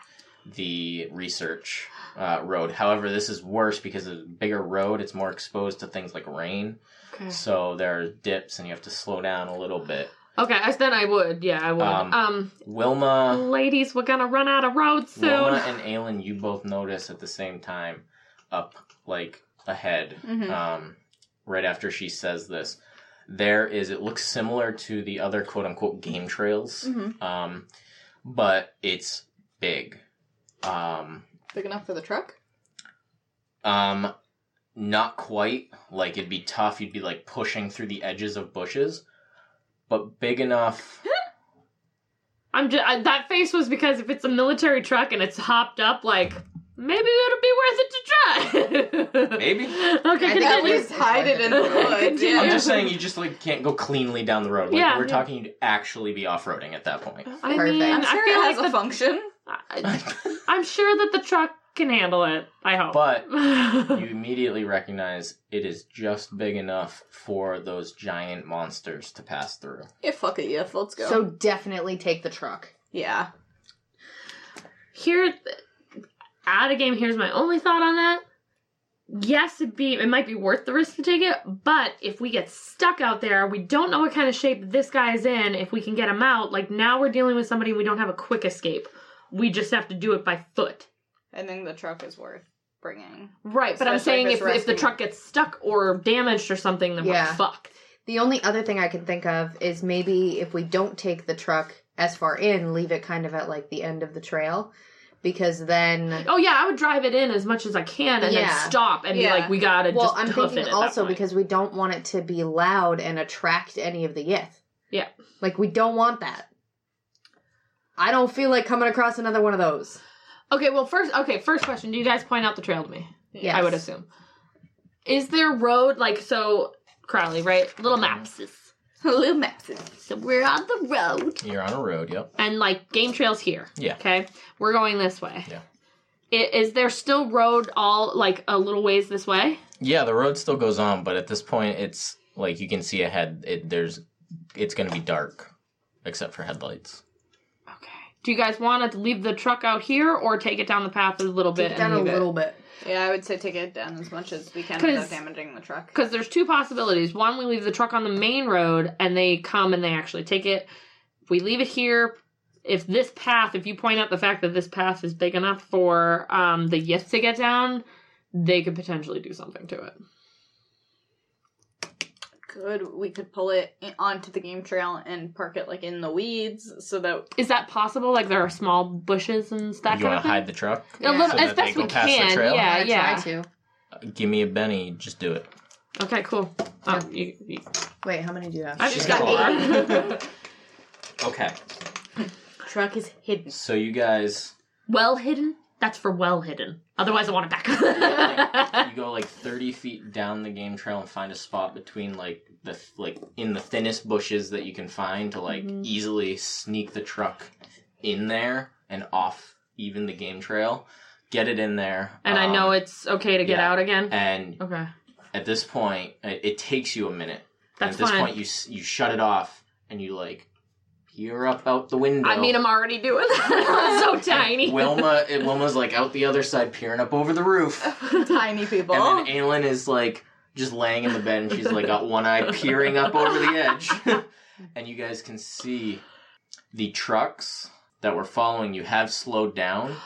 S1: the research uh, road. However, this is worse because it's a bigger road. It's more exposed to things like rain,
S4: Okay.
S1: so there are dips, and you have to slow down a little bit.
S4: Okay. I, then I would. Yeah, I would.
S1: Um, uh,
S4: Um,
S1: Wilma.
S4: ladies, we're gonna run out of road soon.
S1: Wilma and Aelin, you both notice at the same time, up like ahead,
S5: Mhm.
S1: um, right after she says this. There is, it looks similar to the other quote unquote game trails,
S5: Mhm.
S1: um, but it's big. Um,
S5: Big enough for the truck?
S1: um, not quite. Like, it'd be tough. You'd be like pushing through the edges of bushes, but big enough.
S4: I'm just I, that face was because if it's a military truck and it's hopped up, like maybe it'll be worth it to try.
S1: Maybe.
S4: Okay.
S5: Could
S3: think
S5: at
S3: it
S5: least
S3: is
S5: hide it
S3: worth
S5: in
S3: it.
S5: the woods.
S4: Continue.
S5: Yeah.
S1: I'm just saying, you just like can't go cleanly down the road. Like,
S4: Yeah.
S1: we're talking, you'd actually be off roading at that point.
S4: I
S3: Perfect.
S4: mean,
S5: I'm
S4: I
S5: sure
S4: feel
S5: it has
S4: like
S5: a function.
S4: the, I, I'm sure that the truck can handle it. I hope.
S1: But you immediately recognize it is just big enough for those giant monsters to pass through.
S5: Yeah, fuck it, yeah, let's go.
S3: So definitely take the truck.
S5: yeah.
S4: here out of game here's my only thought on that yes it'd be it might be worth the risk to take it but if we get stuck out there we don't know what kind of shape this guy is in if we can get him out like now we're dealing with somebody we don't have a quick escape we just have to do it by foot
S5: I think the truck is worth bringing.
S4: right but i'm
S5: Especially
S4: saying
S5: if
S4: if,
S5: it's
S4: if the
S5: rescue.
S4: truck gets stuck or damaged or something then
S3: Yeah.
S4: we're fucked
S3: The only other thing I can think of is maybe if we don't take the truck as far in, leave it kind of at like the end of the trail, because then.
S4: oh yeah i would drive it in as much as i can and
S3: Yeah.
S4: then stop and
S5: Yeah.
S4: be like we gotta
S3: Well,
S4: just
S3: I'm
S4: hoof it
S3: thinking
S4: at that
S3: also
S4: point.
S3: because we don't want it to be loud and attract any of the yith.
S4: Yeah.
S3: Like we don't want that. I don't feel like coming across another one of those.
S4: okay well first okay first question do you guys point out the trail to me
S3: Yes.
S4: I would assume. Is there road like so Crowley, right? Little
S3: Uh-huh.
S4: maps.
S5: Little maps.
S4: So we're on the road.
S1: You're on a road, yep.
S4: And like game trails here.
S1: Yeah.
S4: Okay. We're going this way.
S1: Yeah.
S4: I- Is there still road all like a little ways this way?
S1: Yeah, the road still goes on, but at this point, it's like you can see ahead. It, there's, it's going to be dark, except for headlights.
S4: Okay. Do you guys want to leave the truck out here or take it down the path a little bit?
S3: Take it down a little bit.
S5: Yeah, I would say take it down as much as we can
S4: 'Cause-
S5: without damaging the truck.
S4: Because there's two possibilities. One, we leave the truck on the main road and they come and they actually take it. If we leave it here, if this path, if you point out the fact that this path is big enough for um, the yes to get down, they could potentially do something to it.
S5: Good. We could pull it in- onto the game trail and park it like in the weeds so that
S4: Is that possible? Like there are small bushes and that
S1: you
S4: kind
S1: want
S4: of
S1: to
S4: thing.
S1: hide the truck?
S4: a little,
S1: so
S4: as
S1: that they
S4: best
S1: go
S4: we
S1: past the
S4: can.
S1: trail?
S4: Yeah,
S3: I
S4: yeah.
S3: Try to.
S1: Give me a Benny, just do it.
S4: Okay, cool. Um, you, you,
S3: Wait, how many do you have?
S4: I've just got eight.
S1: Okay,
S5: truck is hidden.
S1: so you guys,
S4: well hidden. That's for well hidden. Otherwise, I want it back.
S1: you go like 30 feet down the game trail and find a spot between like the th- like in the thinnest bushes that you can find to like
S4: Mhm.
S1: easily sneak the truck in there and off even the game trail get it in there
S4: and I know
S1: um,
S4: it's okay to get
S1: yeah.
S4: out again.
S1: and
S4: Okay,
S1: at this point it, it takes you a minute And
S4: that's
S1: at this
S4: fine.
S1: point you s- you shut it off and you like You're up out the window.
S4: I mean, I'm already doing that. I'm so tiny.
S1: Wilma, it, Wilma's like out the other side, peering up over the roof,
S4: Uh,
S5: Tiny people.
S1: and then Aelin is like just laying in the bed, and she's like got one eye peering up over the edge, and you guys can see the trucks that were following you have slowed down,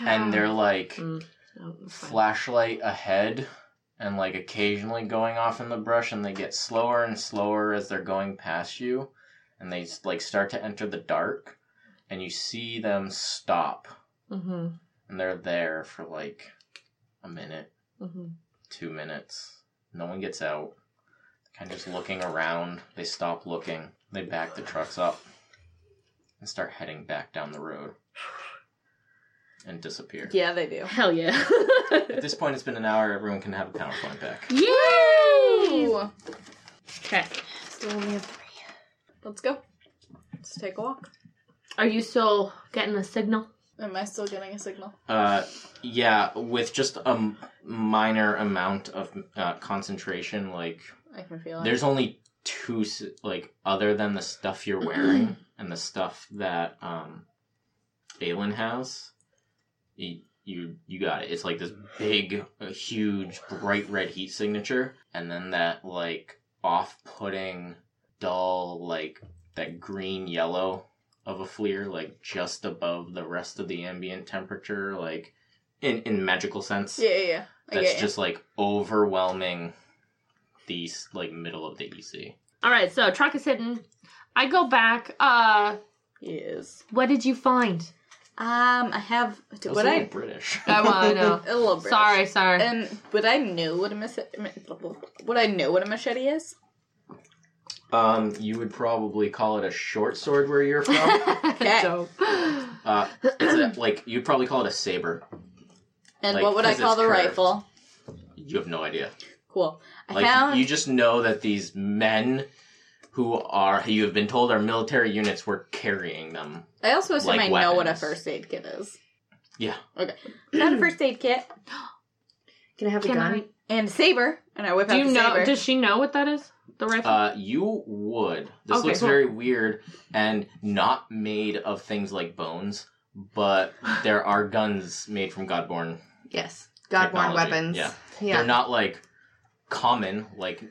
S1: and they're
S4: Mm.
S1: like
S4: Oh,
S1: flashlight ahead and like occasionally going off in the brush and they get slower and slower as they're going past you and they like start to enter the dark and you see them stop
S4: Mm-hmm.
S1: and they're there for like a minute
S4: Mm-hmm.
S1: two minutes no one gets out kind of just looking around they stop looking they back the trucks up and start heading back down the road and disappear
S5: Yeah, they do.
S4: Hell yeah.
S1: at this point it's been an hour everyone can have a powerpoint back
S4: Yay!
S5: Ooh.
S4: Okay.
S3: Still only have three.
S5: Let's go. Let's take a walk.
S4: Are you still getting the signal?
S5: Am I still getting a signal?
S1: Uh, yeah, with just a m- minor amount of uh, concentration. Like,
S5: I can feel it.
S1: there's only two, s- like, other than the stuff you're wearing and the stuff that um, Balin has. You, you you got it. It's like this big, uh, huge, bright red heat signature, and then that like off-putting, dull, like that green yellow of a fleer, like just above the rest of the ambient temperature, like in in magical sense
S5: yeah, yeah, yeah. I
S1: that's
S5: get you.
S1: just like overwhelming the s- like middle of the E EC.
S4: All right, so truck is hidden. I go back. Uh,
S5: Yes.
S4: what did you find?
S5: Um, I have.
S1: That was
S5: What
S1: a
S5: I
S1: little British.
S4: I want to know.
S5: a little bit.
S4: sorry, sorry.
S5: And but I knew what a machete. What I know what a machete is.
S1: um, you would probably call it a short sword where you're from.
S5: Okay.
S4: Dope.
S1: uh, it's a, like you'd probably call it a saber.
S5: And
S1: Like,
S5: what would I
S1: 'cause
S5: call
S1: it's
S5: the
S1: curved.
S5: rifle?
S1: You have no idea.
S5: Cool. I
S1: Like
S5: found.
S1: you just know that these men who are who you have been told are military units were carrying them.
S5: I also assume
S1: like
S5: I know what a
S1: weapons.
S5: first aid kit is.
S1: Yeah.
S5: Okay. Not a first aid kit
S3: Can I have the
S4: Can
S3: gun?
S4: I?
S5: and saber, and I whip
S4: Do
S5: out
S4: you
S5: the
S4: know?
S5: saber.
S4: Does she know what that is? The rifle.
S1: Uh, you would. This
S4: Okay,
S1: looks
S4: cool.
S1: very weird and not made of things like bones, but there are guns made from Godborn
S3: Yes. Godborn
S1: Technology,
S3: weapons.
S1: yeah.
S3: Yeah.
S1: They're not like common. Like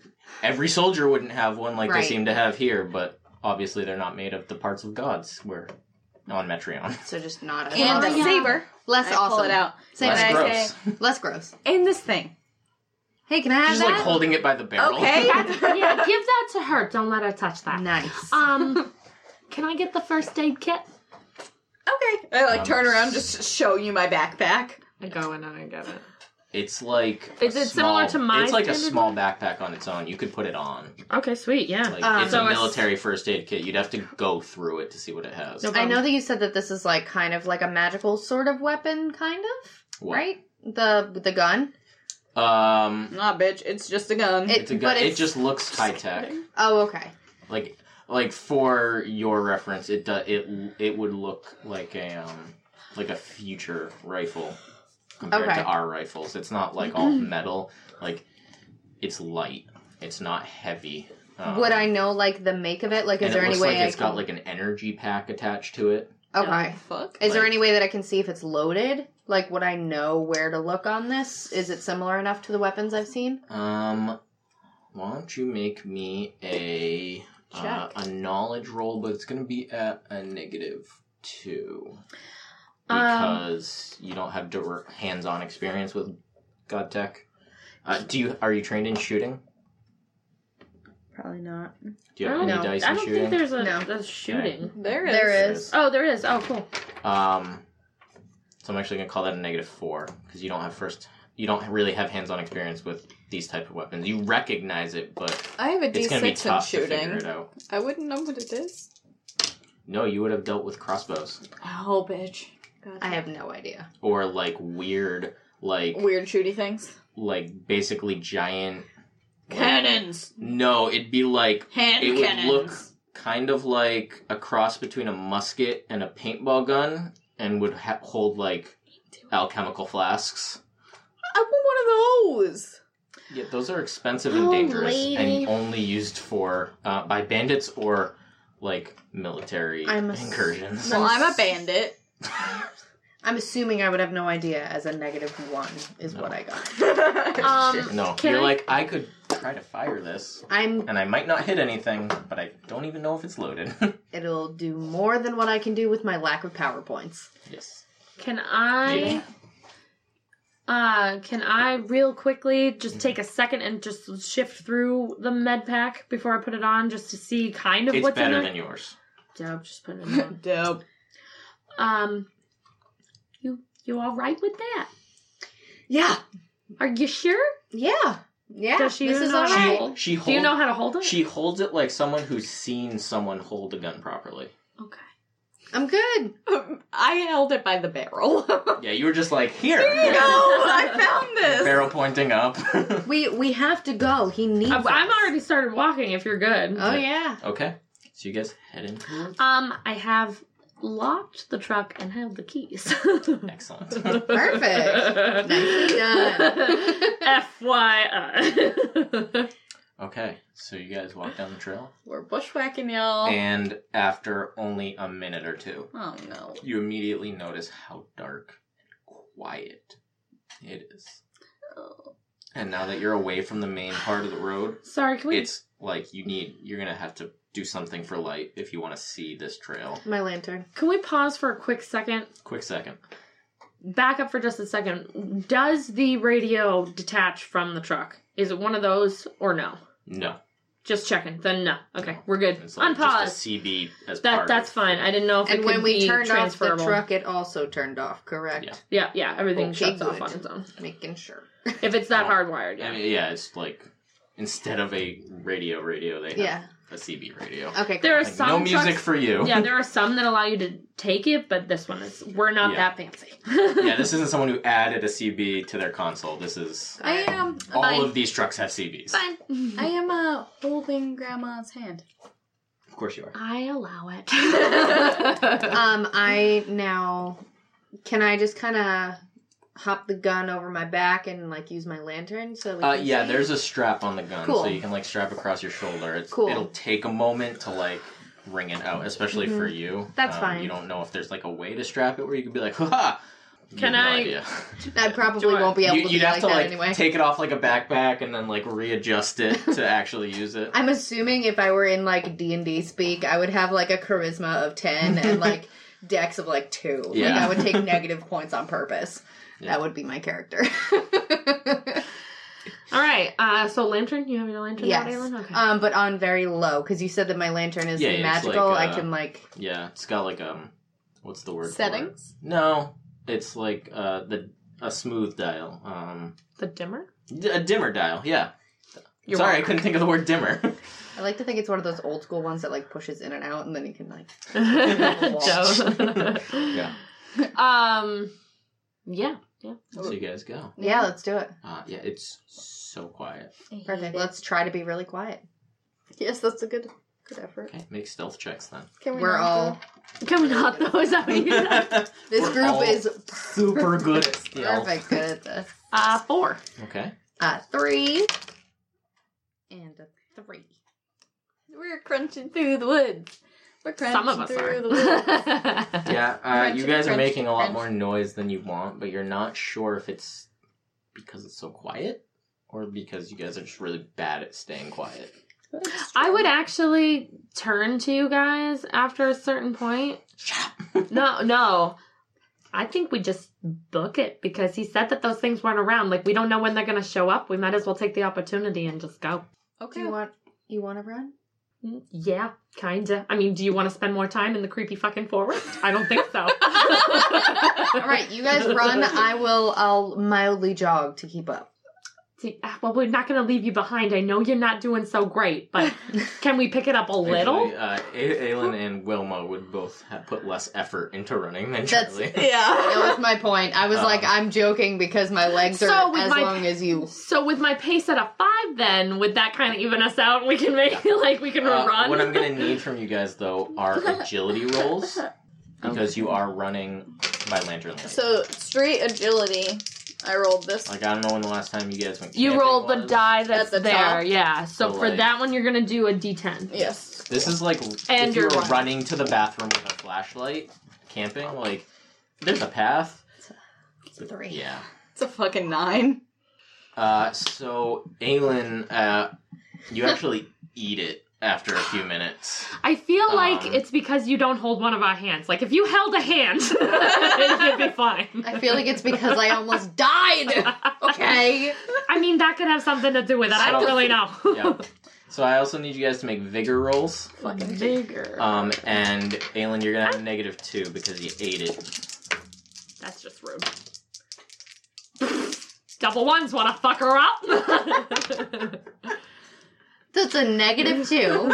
S1: every soldier wouldn't have one like
S3: Right.
S1: they seem to have here, but obviously they're not made of the parts of gods. We're on Metreon.
S3: so just not a
S5: and
S3: Oh,
S5: a
S3: yeah.
S5: saber.
S3: less
S5: I
S3: awesome.
S5: pull it out.
S3: Same
S5: And
S1: That's
S5: I
S3: as-
S1: gross.
S5: say,
S3: Less gross.
S5: in this thing.
S3: Hey, can I have
S1: She's like
S3: that?
S1: holding it by the barrel.
S5: Okay.
S4: yeah, give that to her. Don't let her touch that.
S3: nice.
S4: Um, can I get the first aid kit?
S5: okay. I
S1: Um,
S5: like turn around, just show you my backpack.
S4: I go in and I get it.
S1: It's like
S4: Is
S1: a
S4: it similar
S1: small-
S4: to my
S1: It's like a
S4: standard
S1: small backpack on its own. You could put it on.
S4: Okay, sweet. Yeah.
S1: Like
S3: Um,
S1: it's
S4: So
S1: a
S4: it's-
S1: military first aid kit. You'd have to go through it to see what it has.
S4: No, but-
S3: I know that you said that this is like kind of like a magical sort of weapon, kind of,
S1: What?
S3: right? The the gun.
S1: Um,
S5: Nah, bitch, it's just a gun.
S3: It-
S1: it's a
S3: but
S1: gun. It
S3: it's-
S1: just looks high tech.
S3: Oh, okay.
S1: Like like for your reference, it does it it would look like a um like a future rifle compared
S3: Okay.
S1: to our rifles. It's not like all metal. Like it's light. It's not heavy. Um,
S3: Would I know like the make of it? Like, is
S1: and
S3: there
S1: it
S3: any
S1: looks
S3: way
S1: like
S3: I
S1: it's
S3: can...
S1: got like an energy pack attached to it.
S3: Okay.
S5: Fuck.
S3: Is there
S1: like-
S3: any way that I can see if it's loaded? Like, would I know where to look on this? Is it similar enough to the weapons I've seen?
S1: Um, why don't you make me a uh, a knowledge roll, but it's gonna be at a negative two because you don't have direct hands-on experience with god tech. Uh, do you? Are you trained in shooting?
S5: Probably not.
S1: Do you have
S4: I
S1: any
S4: don't,
S3: know.
S1: dice
S4: I
S1: in
S4: don't
S1: shooting?
S4: think there's a,
S3: No.
S4: a shooting.
S5: There is.
S3: There is.
S4: Oh, there is. Oh, cool.
S1: Um, so I'm actually gonna call that a negative four because you don't have first. You don't really have hands-on experience with these type of weapons. You recognize it, but
S5: I have a
S1: it's gonna be
S5: D6 in
S1: tough to figure
S5: shooting.
S1: it out.
S5: I wouldn't know what it is.
S1: No, you would have dealt with crossbows.
S5: Oh, bitch. God.
S3: I have no idea.
S1: or like weird like
S5: weird shooty things.
S1: like basically giant
S5: Cannons.
S1: no it'd be like
S5: Hand
S1: it
S5: cannons.
S1: would look kind of like a cross between a musket and a paintball gun and would ha- hold like alchemical flasks
S5: I want one of those.
S1: yeah those are expensive and
S4: Oh,
S1: dangerous
S4: lady.
S1: and only used for uh, by bandits or like military
S3: I'm a-
S1: incursions.
S5: Well, I'm a bandit.
S3: I'm assuming I would have no idea as a negative one is what I got.
S4: Um,
S1: no,
S4: Can
S1: you're
S4: I-
S1: like I could try to fire this,
S3: I'm.
S1: and I might not hit anything, but I don't even know if it's loaded.
S3: It'll do more than what I can do with my lack of power points.
S1: yes.
S4: Can I? Uh, can I real quickly just take a second and just shift through the med pack before I put it on, just to see kind of
S1: It's
S4: what's in
S1: better
S4: it?
S1: than yours.
S4: Yeah, I'm just putting it on.
S5: Dope.
S4: um, you you all right with that?
S3: Yeah,
S4: Are you sure?
S3: yeah, yeah.
S4: Does she
S3: this
S4: even
S3: is
S4: know
S3: all
S4: how to
S3: right.
S4: hold?
S1: She
S4: Do
S1: holds.
S4: you know how to hold it?
S1: she holds it like someone who's seen someone hold a gun properly.
S4: okay.
S3: I'm good.
S5: Um, I held it by the barrel. no,
S1: Yeah, you were just like here,
S5: I found this.
S1: barrel pointing up.
S3: We we have to go. He needs.
S4: I,
S3: us.
S4: I'm already started walking. If you're good.
S3: Oh yeah.
S1: okay, so you guys head into it.
S4: Um, I have locked the truck and have the keys.
S1: Excellent.
S3: Perfect. Nicely done.
S4: FYI.
S1: okay, so you guys walk down the trail,
S5: We're bushwhacking
S4: Oh.
S5: y'all.
S1: and after only a minute or two,
S5: oh no.
S1: you immediately notice how dark and quiet it is.
S4: Oh.
S1: And now that you're away from the main part of the road,
S4: Sorry, can we?
S1: it's like you need you're gonna have to do something for light if you want to see this trail.
S3: My lantern.
S4: Can we pause for a quick second?
S1: Quick second.
S4: Back up for just a second. Does the radio detach from the truck? Is it one of those or no?
S1: No,
S4: Just checking. Then no. Okay, we're good.
S1: it's like
S4: Unpause.
S1: just a CB as
S4: That
S1: part.
S4: that's fine. I didn't know if it
S3: And
S4: could
S3: when we
S4: be
S3: turned off the
S4: transferable.
S3: truck, it also turned off. Correct.
S1: Yeah.
S4: Yeah, yeah. Everything
S3: Okay,
S4: shuts off
S3: good.
S4: on its own.
S3: Making sure.
S4: If it's that
S1: Oh.
S4: hardwired, yeah.
S1: I mean, yeah, it's like instead of a radio radio, they have
S3: Yeah.
S1: a CB radio.
S3: Okay.
S4: there
S3: cool.
S4: are
S1: Like,
S4: some
S1: no music
S4: trucks-
S1: for you.
S4: yeah, there are some that allow you to take it, but this one is we're not
S1: Yeah.
S4: that fancy.
S1: yeah, this isn't someone who added a CB to their console. This is
S5: I am.
S1: all
S5: I,
S1: of these trucks have CBs.
S4: Fine.
S5: I am uh, holding grandma's hand.
S1: Of course you are.
S4: I allow it.
S3: Um, I now can I just kind of hop the gun over my back and like use my lantern so we
S1: Uh,
S3: can
S1: yeah,
S3: see?
S1: there's a strap on the gun, so
S3: Cool.
S1: you can like strap across your shoulder. It's,
S3: Cool.
S1: It'll take a moment to like wring it out, especially for you.
S3: Mm-hmm.
S1: Um,
S3: That's fine.
S1: You don't know if there's like a way to strap it where you could be like, "Ha ha." You
S4: Can
S1: have no
S4: I-
S1: idea.
S3: I probably
S4: I-
S3: won't be able
S1: You,
S3: to
S1: would
S3: do
S1: have
S3: like
S1: to
S3: that
S1: like
S3: anyway.
S1: take it off like a backpack and then like readjust it to actually use it.
S3: I'm assuming if I were in like D and D speak, I would have like a charisma of ten and like decks of like two. Like
S1: Yeah.
S3: I would take negative points on purpose.
S1: Yeah.
S3: That would be my character.
S4: All right. Uh, so lantern, you have your lantern out,
S3: yes.
S4: Aylin? Okay.
S3: Um, but on very low because you said that my lantern is
S1: Yeah, yeah, it's
S3: magical.
S1: like,
S3: I
S1: uh,
S3: can like
S1: Yeah, it's got like um, what's the word? for it?
S5: Settings?
S1: No, it's like uh the a smooth dial. Um,
S4: the dimmer.
S1: d- a dimmer dial. Yeah.
S4: You're
S1: Sorry, I
S4: welcome.
S1: couldn't think of the word dimmer.
S3: I like to think it's one of those old school ones that like pushes in and out, and then you can like.
S4: Joe.
S1: yeah.
S4: Um. Yeah. Yeah.
S1: So you guys go.
S3: Yeah, let's do it.
S1: Uh, yeah, it's so quiet.
S3: Perfect. Let's try to be really quiet.
S5: Yes, that's a good good effort.
S1: Okay, make stealth checks then.
S5: Can
S3: We're
S5: not
S3: all.
S4: Can we not though? Is that what you said?
S3: This
S1: We're
S3: group
S1: all
S3: is
S1: super good at stealth.
S3: perfect good at this.
S4: Uh, four.
S1: Okay.
S3: Uh, three and a three.
S5: go? We're crunching through the woods. We're crunching
S4: Some of us
S5: through
S4: are.
S5: the woods.
S1: Yeah, uh,
S5: Crunch,
S1: you guys are
S5: crunch,
S1: making a lot
S5: crunch.
S1: more noise than you want, but you're not sure if it's because it's so quiet or because you guys are just really bad at staying quiet.
S4: I would actually turn to you guys after a certain point. no, no. I think we just book it because he said that those things weren't around. Like we don't know when they're gonna show up. We might as well take the opportunity and just go.
S3: Do
S5: Okay.
S3: you want you want to run?
S4: Mm, Yeah, kinda. I mean, do you want to spend more time in the creepy fucking forest? I don't think so.
S3: All right, you guys run. I will. I'll mildly jog to keep up.
S4: See, ah, Well, we're not gonna leave you behind. I know you're not doing so great, but can we pick it up a little?
S1: Actually, uh, A- Aelin and Wilma would both have put less effort into running than
S3: That's-
S1: Charlie.
S5: yeah.
S3: That was my point. I was like,
S1: Um,
S3: I'm joking because my legs are
S4: So with
S3: as
S4: my-
S3: long as you.
S4: So with my pace at a five, then would that kind of even us out? We can make like we can
S1: Uh,
S4: run.
S1: What I'm gonna need from you guys though are agility rolls because you are running by lantern light.
S5: So straight agility. I rolled this.
S1: like I don't know when the last time you guys went.
S4: you
S1: camping
S4: rolled the
S1: was.
S4: die that's
S5: At the
S4: there,
S5: top.
S4: yeah. So
S1: So,
S4: for
S1: like-
S4: that one, you're gonna do a D10.
S5: yes.
S1: This is like
S4: And
S1: if you
S4: you're
S1: were
S4: running.
S1: running to the bathroom with a flashlight, camping. Like there's a path.
S3: Three.
S1: Yeah.
S5: It's a fucking nine.
S1: Uh, so Aelin, uh, you actually eat it after a few minutes.
S4: I feel like
S1: Um,
S4: it's because you don't hold one of our hands. Like if you held a hand, you'd be fine.
S3: I feel like it's because I almost died. Okay.
S4: I mean, that could have something to do with it. I don't really know.
S1: Yep. so I also need you guys to make vigor rolls.
S5: Fucking
S4: bigger.
S1: Um, and Aelin, you're gonna have negative two because you ate it.
S4: That's just rude. Double ones want to fuck her up.
S3: That's a negative two.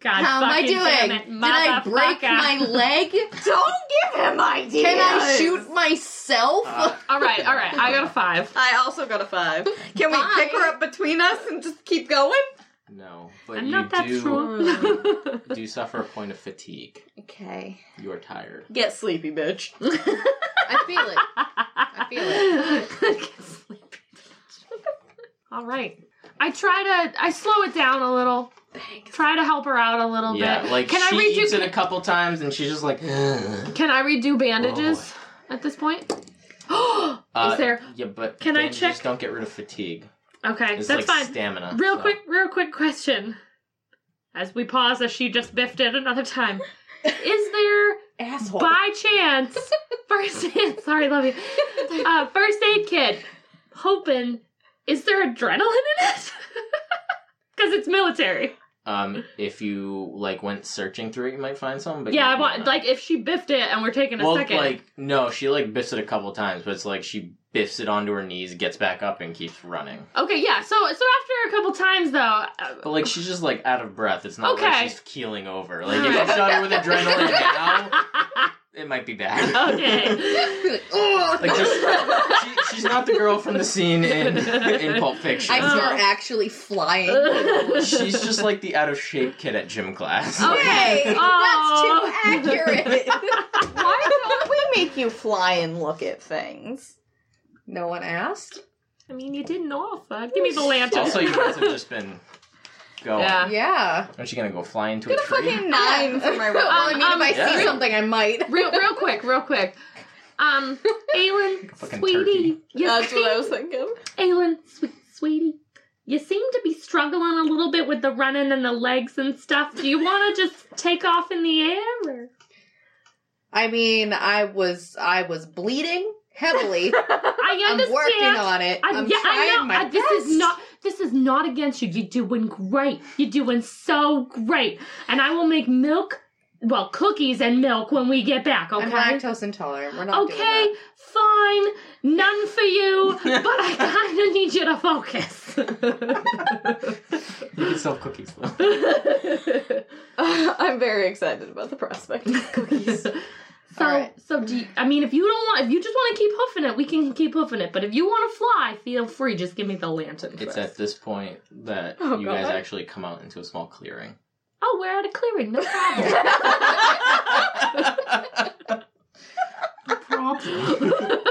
S4: God,
S3: How am I
S4: fucking damn
S3: doing?
S4: it,
S3: Did I break my
S4: motherfucker.
S3: leg?
S5: Don't give him ideas.
S3: Can I shoot myself?
S1: Uh,
S4: All right, all right. I got a five.
S5: I also got a five. Can we
S3: Bye.
S5: pick her up between us and just keep going?
S1: no, but
S4: I'm
S1: you
S4: not that
S1: do
S4: strong.
S1: do suffer a point of fatigue.
S3: okay.
S1: You are tired.
S5: Get sleepy, bitch.
S3: I feel it. I feel
S4: it. All right. I try to. I slow it down a little. Try to help her out a little
S1: Yeah,
S4: bit.
S1: like
S4: can
S1: she
S4: I read
S1: eats
S4: you?
S1: it a couple times and she's just like. "Ugh."
S4: Can I redo bandages
S1: Oh,
S4: at this point?
S1: Uh,
S4: Is there?
S1: Yeah, but
S4: Can I
S1: bandages
S4: check-
S1: Don't get rid of fatigue.
S4: Okay,
S1: It's
S4: that's
S1: like
S4: fine.
S1: stamina.
S4: Real
S1: so-
S4: quick, real quick question. As we pause, as she just biffed it another time, is there
S5: Asshole.
S4: by chance first aid? Sorry, love you. Uh, first aid kit. Hoping is there adrenaline in it? Because it's military.
S1: Um, if you like went searching through it, you might find some. But
S4: yeah,
S1: you
S4: I want
S1: might not.
S4: like if she biffed it and we're taking a
S1: well,
S4: second.
S1: like no, she like biffs it a couple times, but it's like she biffs it onto her knees, gets back up, and keeps running.
S4: okay, yeah. So so after a couple times though, uh,
S1: But like she's just like out of breath. It's not
S4: Okay.
S1: like she's keeling over. Like if you shot her with adrenaline now, it might be bad.
S4: okay.
S3: it. Ugh.
S1: Like just she, she's not the girl from the scene in in Pulp Fiction.
S3: I start actually flying.
S1: She's just like the out of shape kid at gym class.
S3: Hey,
S4: Aw.
S3: that's too accurate.
S5: Why don't we make you fly and look at things?
S3: no one asked.
S4: I mean, you didn't offer. Give me the lantern.
S1: Also, you guys have just been going.
S4: Yeah.
S3: Yeah.
S1: Aren't you gonna go fly into a tree?
S5: Fucking nine for my
S3: Well,
S5: roll.
S3: I mean, if I
S1: yeah.
S3: see something, I might.
S4: real, real quick, real quick. Um, Aylin,
S1: Fucking
S4: sweetie,
S1: turkey.
S4: you
S5: That's
S4: seem,
S5: what I was thinking.
S4: Aylin, sweet, sweetie, you seem to be struggling a little bit with the running and the legs and stuff. Do you want to just take off in the air? Or?
S3: I mean, I was I was bleeding heavily.
S4: I
S3: I'm
S4: understand.
S3: working on it.
S4: I-
S3: I'm
S4: yeah,
S3: trying
S4: I know.
S3: my
S4: I- this is
S3: best.
S4: not. This is not against you. You're doing great. You're doing so great. And I will make milk, well, cookies and milk when we get back. Okay.
S3: I'm lactose intolerant. We're not
S4: Okay, fine, none for you, but I kind of need you to focus.
S1: You can sell cookies though.
S5: I'm very excited about the prospect of cookies.
S4: so,
S3: All right.
S4: so do you, I mean, if you don't want, if you just want to keep hoofing it, we can keep hoofing it. But if you want to fly, feel free. Just give me the lantern.
S1: It's
S4: first.
S1: at this point that
S5: Oh,
S1: you guys
S5: God.
S1: actually come out into a small clearing.
S4: oh, we're at a clearing. No problem.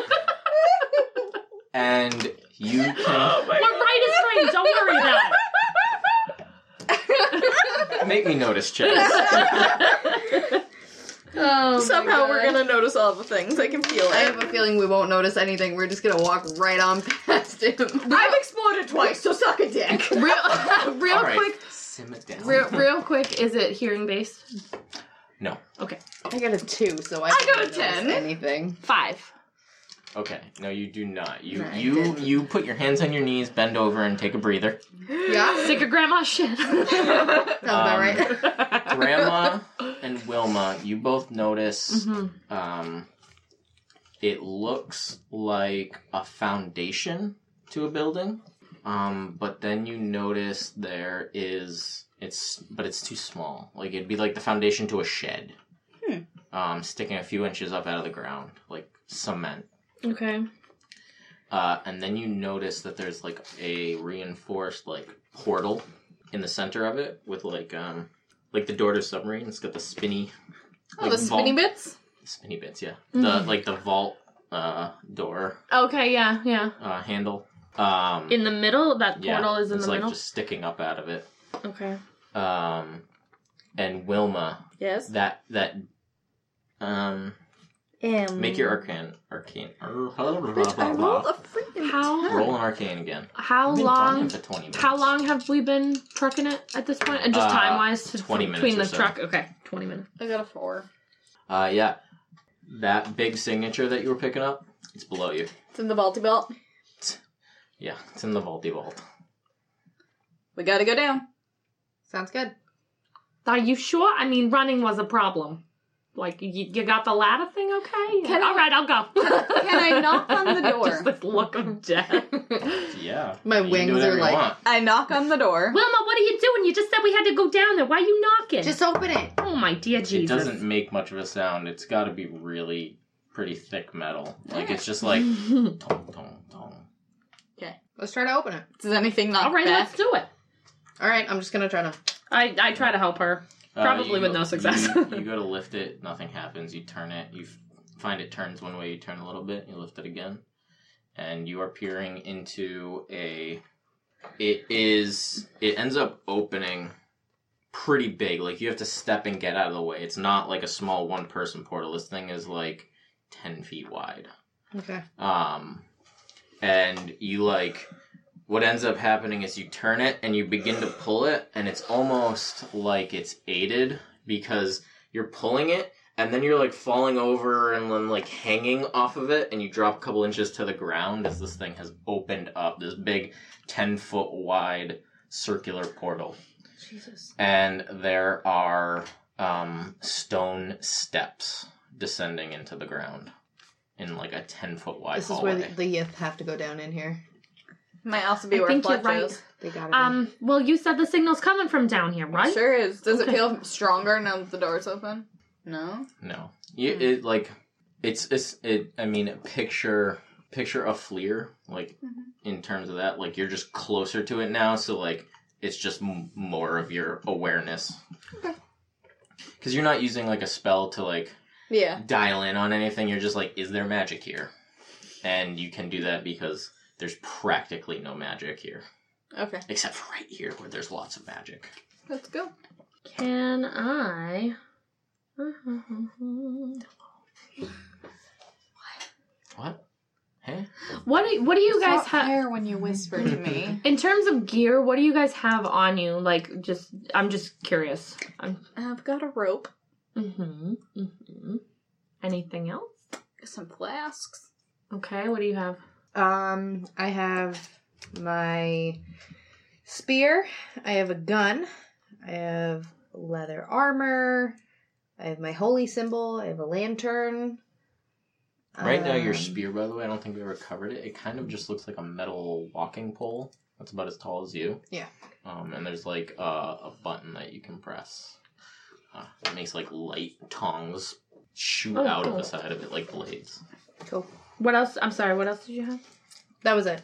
S1: and you can
S4: we're right as rain. Don't worry about it.
S1: make me notice checks.
S3: doing that. Oh,
S5: Somehow we're gonna notice all the things. I can feel
S3: I have
S5: it.
S3: a feeling we won't notice anything. We're just gonna walk right on past him.
S5: I've exploded twice, so suck a dick.
S4: Real, real
S1: All right,
S4: quick,
S1: sim it down.
S4: real, real quick. Is it hearing based?
S1: No.
S4: Okay,
S3: I got a two, so I,
S5: got
S3: didn't
S5: a
S3: notice
S5: ten.
S3: Anything?
S4: five.
S1: Okay. No, you do not. You
S3: No, I
S1: you
S3: didn't.
S1: you put your hands on your knees, bend over, and take a breather.
S3: Yeah,
S4: Sick of grandma shit. Mm-hmm.
S3: sounds about
S1: Um,
S3: right.
S1: Grandma and Wilma, you both notice
S4: Mhm.
S1: um, it looks like a foundation to a building. Um, but then you notice there is it's but it's too small. Like it'd be like the foundation to a shed. Um, sticking a few inches up out of the ground, like cement.
S4: Okay.
S1: Uh, and then you notice that there's like a reinforced like portal in the center of it with like um like the door to submarine. It's got the spinny.
S5: Oh, the
S1: vault-
S5: spinny bits?
S1: Spinny bits, yeah.
S4: Mm.
S1: The like the vault uh door
S4: Okay, yeah, yeah.
S1: uh handle. Um
S4: In the middle? That
S1: yeah,
S4: portal is in
S1: it's
S4: the
S1: like
S4: middle?
S1: just sticking up out of it.
S4: Okay.
S1: Um and Wilma,
S5: Yes.
S1: that that um make your arcane arcane.
S5: Bitch, I rolled a freaking
S4: How-
S5: ten.
S1: Roll an arcane again.
S4: How
S1: We've been talking
S4: long?
S1: for 20 minutes.
S4: How long have we been trucking it at this point? And just
S1: Uh,
S4: time wise,
S1: 20 minutes
S4: between
S1: or
S4: the
S1: so.
S4: truck. Okay, twenty minutes.
S5: I got a four.
S1: Uh, yeah, that big signature that you were picking up, it's below you.
S5: It's in the Balti belt.
S1: Yeah, it's in the vaulty vault.
S5: We gotta go down.
S3: Sounds good.
S4: Are you sure? I mean, running was a problem. Like you, you got the ladder thing okay?
S5: Can I-
S4: All right, I'll go.
S5: can I knock on the door?
S4: Just this look of death.
S1: Yeah,
S3: My
S1: You can do
S3: wings are
S1: whatever you
S3: like-
S1: want.
S5: I knock on the door.
S4: Wilma, what are you doing? You just said we had to go down there. Why are you knocking?
S3: Just open it.
S4: oh my dear
S1: It
S4: Jesus!
S1: doesn't make much of a sound. It's got to be really pretty thick metal. Like it's just like
S3: Mm.
S1: tong tong tong.
S3: Let's try to open it.
S5: Does anything knock
S4: All right,
S5: back?
S4: let's do it.
S3: All right, I'm just gonna try to.
S4: I I try to help her.
S1: Uh,
S4: Probably
S1: you
S4: with
S1: go-
S4: no success.
S1: You, you go to lift it, nothing happens. You turn it, you f- find it turns one way. You turn a little bit, you lift it again, and you are peering into a. It is. It ends up opening pretty big. Like you have to step and get out of the way. It's not like a small one-person portal. This thing is like ten feet wide.
S3: Okay.
S1: um and you like what ends up happening is you turn it and you begin to pull it and it's almost like it's aided because you're pulling it and then you're like falling over and then like hanging off of it and you drop a couple inches to the ground as this thing has opened up this big 10 foot wide circular portal
S3: Jesus.
S1: and there are um, stone steps descending into the ground in like a 10 foot wide
S3: This is
S1: hallway
S3: where the, the Yith have to go down in here.
S5: Might also
S4: I
S5: be where
S4: think you're
S5: Fletch
S4: right.
S5: is.
S3: They got it.
S4: Um. Well, you said the signal's coming from down here, right?
S5: Sure is. Does
S4: Okay.
S5: it feel stronger now that the door's open? No.
S1: No, you, it like it's it's it. I mean, picture picture a fleer like in terms of that. Like you're just closer to it now, so like it's just m- more of your awareness. Because you're not using like a spell to like
S5: Yeah.
S1: dial in on anything. You're just like, is there magic here? And you can do that because there's practically no magic here,
S5: Okay.
S1: except for right here where there's lots of magic.
S5: Let's go.
S4: Can I?
S1: What? Hey,
S4: What do, what do you guys have
S5: higher when you whisper to me.
S4: in terms of gear? What do you guys have on you? Like, just I'm just curious. I'm,
S5: I've got a rope,
S4: mm-hmm, mm-hmm. Anything else?
S5: some flasks.
S4: Okay, what do you have?
S3: Um, I have my spear. I have a gun. I have leather armor. I have my holy symbol. I have a lantern.
S1: Right now, your
S3: Um,
S1: spear, by the way, I don't think we ever covered it. It kind of just looks like a metal walking pole. That's about as tall as you.
S3: Yeah.
S1: Um, and there's like uh, a button that you can press. Uh, it makes like light tongs shoot
S4: Oh,
S1: out of
S4: cool.
S1: the side of it like blades.
S3: Cool.
S4: What else? I'm sorry. What else did you have?
S3: That was it.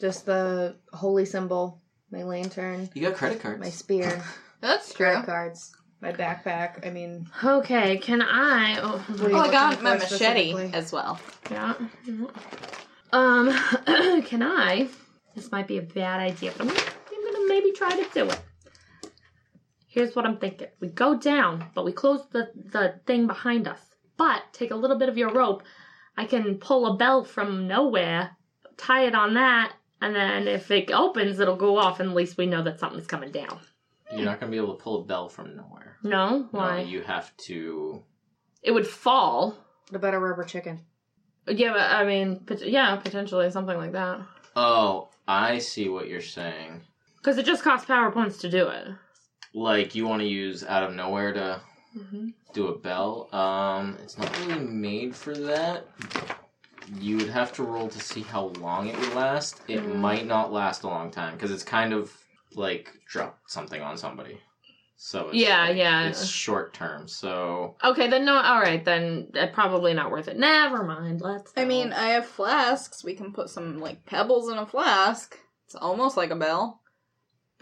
S3: Just the holy symbol, my lantern,
S1: You got credit cards.
S3: my spear,
S5: That's true.
S3: credit cards, my backpack. I mean,
S4: Okay, can I?
S3: What do
S5: Oh,
S4: Oh,
S3: you-
S5: I got
S3: Looking
S5: my
S3: for
S5: machete
S3: specifically.
S5: as well.
S4: yeah. Um, can I? This might be a bad idea, but I'm gonna, I'm gonna maybe try to do it. Here's what I'm thinking: we go down, but we close the the thing behind us. But take a little bit of your rope. I can pull a bell from nowhere, tie it on that, and then if it opens, it'll go off, and at least we know that something's coming down.
S1: You're not gonna be able to pull a bell from nowhere.
S4: No,
S1: No,
S4: why?
S1: you have to.
S4: It would fall.
S3: what about a rubber chicken?
S4: Yeah, but I mean, pot- yeah, potentially something like that.
S1: Oh, I see what you're saying.
S4: Because it just costs power points to do it.
S1: Like you want to use out of nowhere to
S4: Mm-hmm.
S1: do a bell. Um, it's not really made for that. You would have to roll to see how long it would last. It
S3: Hmm.
S4: Mm.
S1: might not last a long time because it's kind of like drop something on somebody. So it's
S4: Yeah,
S1: like-
S4: yeah.
S1: it's short term. So
S4: Okay, then no. All right, then uh, probably not worth it. Never mind. Let's.
S5: I mean,
S3: uh,
S5: I have flasks. We can put some like pebbles in a flask. It's almost like a bell.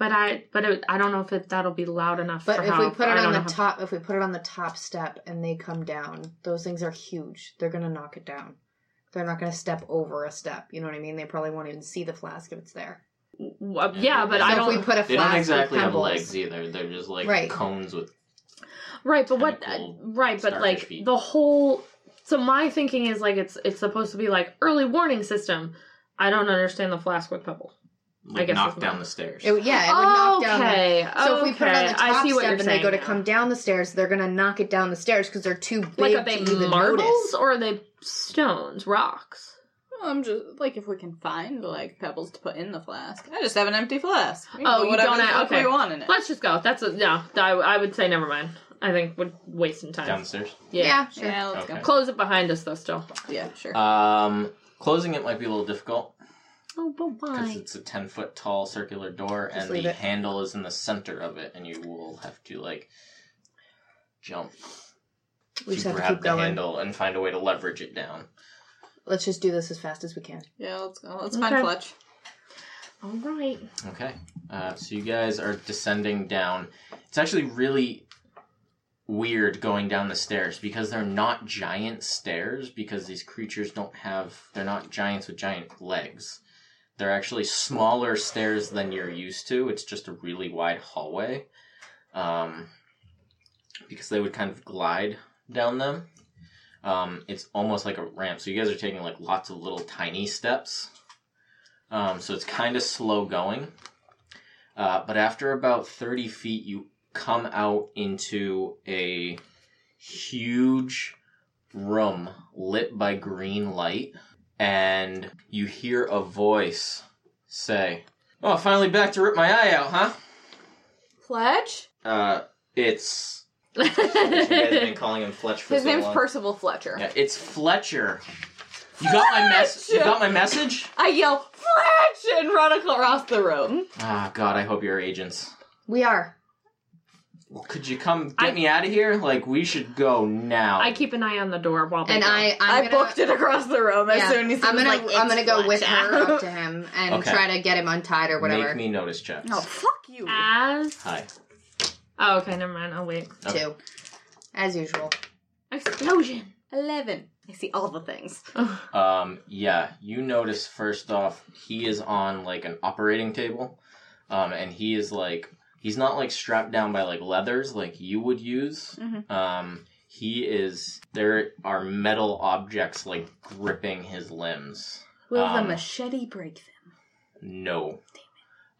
S4: but I, but it, I don't know if it, that'll be loud enough.
S3: But
S4: for
S3: if
S4: how,
S3: we put
S4: I
S3: it
S4: don't
S3: on
S4: know
S3: the
S4: how-
S3: top, if we put it on the top step and they come down, those things are huge. They're gonna knock it down. They're not gonna step over a step. You know what I mean? They probably won't even see the flask if it's there.
S4: W- uh, yeah, but
S1: So
S4: I
S3: So
S4: don't.
S3: if we put a flask,
S1: they don't exactly
S3: with
S1: have
S3: pebbles-
S1: legs either. They're just like
S3: Right.
S1: cones with
S4: Right, but what? uh,
S1: tentacle
S4: Right, but
S1: starfish
S4: like
S1: feet.
S4: the whole. So my thinking is like it's it's supposed to be like early warning system. I don't understand the flask with pebble. I
S1: Like
S4: guess
S1: knock
S4: it's
S1: down
S4: not.
S1: the stairs.
S3: It would, yeah, it would knock down. the-
S4: okay.
S3: So if we put it on
S4: okay,
S3: the
S4: I
S3: top
S4: see what
S3: step
S4: you're
S3: and they
S4: saying
S3: go to
S4: now.
S3: come down the stairs, they're gonna knock it down the stairs because they're too big
S4: Like are
S3: to
S4: they
S3: even
S4: marbles
S3: notice.
S4: or are they stones, rocks?
S5: I'm just like if we can find like pebbles to put in the flask. I just have an empty flask. We can
S4: Oh,
S5: put
S4: you
S5: whatever
S4: don't
S5: the
S4: have-
S5: fuck
S4: okay.
S5: we want in it.
S4: Let's just go. That's a no. I, I would say never mind. I think would waste some time.
S1: Down the stairs.
S4: Yeah.
S5: Sure. Yeah, let's
S1: Okay.
S4: Close it behind us though. Still.
S5: go. Yeah, sure.
S4: Uh,
S1: Um, closing it might be a little difficult
S4: Oh, but
S1: because
S4: why?
S1: it's a ten foot tall circular door,
S3: Just
S1: and
S3: leave
S1: the
S3: it.
S1: handle is in the center of it, and you will have to like jump
S3: We
S1: to
S3: just have to
S1: grab
S3: keep
S1: the
S3: going.
S1: handle and find a way to leverage it down.
S3: Let's just do this as fast as we can.
S5: yeah, let's go. Let's
S4: Okay.
S5: find Fletch.
S4: All right.
S1: Okay. Uh, so you guys are descending down. It's actually really weird going down the stairs because they're not giant stairs because these creatures don't have they're not giants with giant legs. They're actually smaller stairs than you're used to. It's just a really wide hallway. Um because they would kind of glide down them. Um, it's almost like a ramp. So you guys are taking like lots of little tiny steps um, so it's kind of slow going. Uh, but after about 30 feet, you come out into a huge room lit by green light, and you hear a voice say, Oh, finally back to rip my eye out, huh?
S5: Fletch?
S1: Uh, it's. you guys have been calling him Fletch for
S5: His
S1: so
S5: name's
S1: long.
S5: Percival Fletcher.
S1: Yeah, it's Fletcher. You got my mess. You got my message.
S5: I yell, Fletch! and run across the room.
S1: Ah, God, I hope you're agents.
S3: We are.
S1: Well, could you come get
S4: I-
S1: me out of here? Like, we should go now.
S4: I keep an eye on the door while they
S3: And
S4: go.
S3: I,
S5: i
S3: I'm gonna,
S5: booked it across the room as
S3: yeah,
S5: soon as he
S3: I'm
S5: was
S3: gonna,
S5: like,
S3: I'm gonna
S5: "It's
S3: go with
S5: Fletch."
S3: her up to him and
S1: Okay.
S3: try to get him untied or whatever. Oh.
S1: Make me notice checks.
S5: No, fuck you.
S4: as
S1: Hi.
S4: Oh, okay, never mind. I'll wait.
S1: Okay.
S3: Too, as usual.
S4: Explosion.
S5: 11. I see all the things.
S4: Oh,
S1: Um, yeah, you notice first off, he is on like an operating table. Um, and he is like, he's not like strapped down by like leathers like you would use.
S5: Mhm.
S3: Mm-hmm.
S1: Um, he is, there are metal objects like gripping his limbs.
S5: Will
S1: Um,
S5: the machete break them?
S1: No.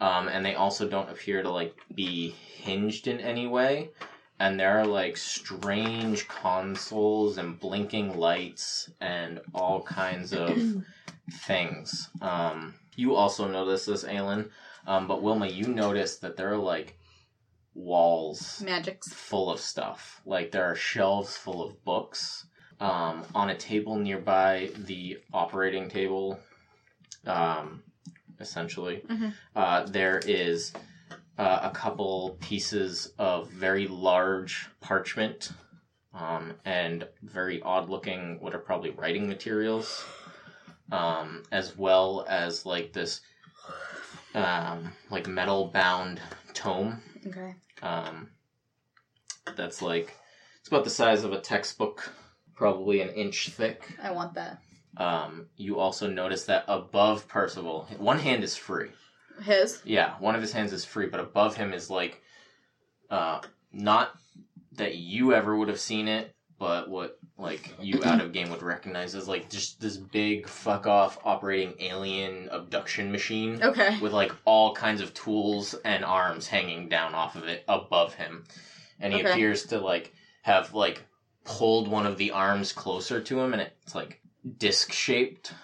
S1: Um, and they also don't appear to like be hinged in any way. And there are like strange consoles and blinking lights and all kinds of things. Um, you also notice this, Aelin. Um, but Wilma, you notice that there are like walls
S5: Magics.
S1: full of stuff. Like there are shelves full of books. Um, on a table nearby the operating table, um, essentially,
S5: Mhm.
S1: uh, there is uh, a couple pieces of very large parchment um, and very odd looking, what are probably writing materials, um, as well as like this um, like metal bound tome
S5: Okay.
S1: um, that's like it's about the size of a textbook, probably an inch thick.
S5: I want that.
S1: Um, you also notice that above Percival, one hand is free.
S5: His?
S1: Yeah, one of his hands is free, but above him is like, uh, not that you ever would have seen it, but what like you out of game would recognize as like just this big fuck off operating alien abduction machine
S3: Um,
S5: Okay.
S1: with like all kinds of tools and arms hanging down off of it above him. And he
S5: Okay.
S1: appears to like have like pulled one of the arms closer to him and it's like disc shaped.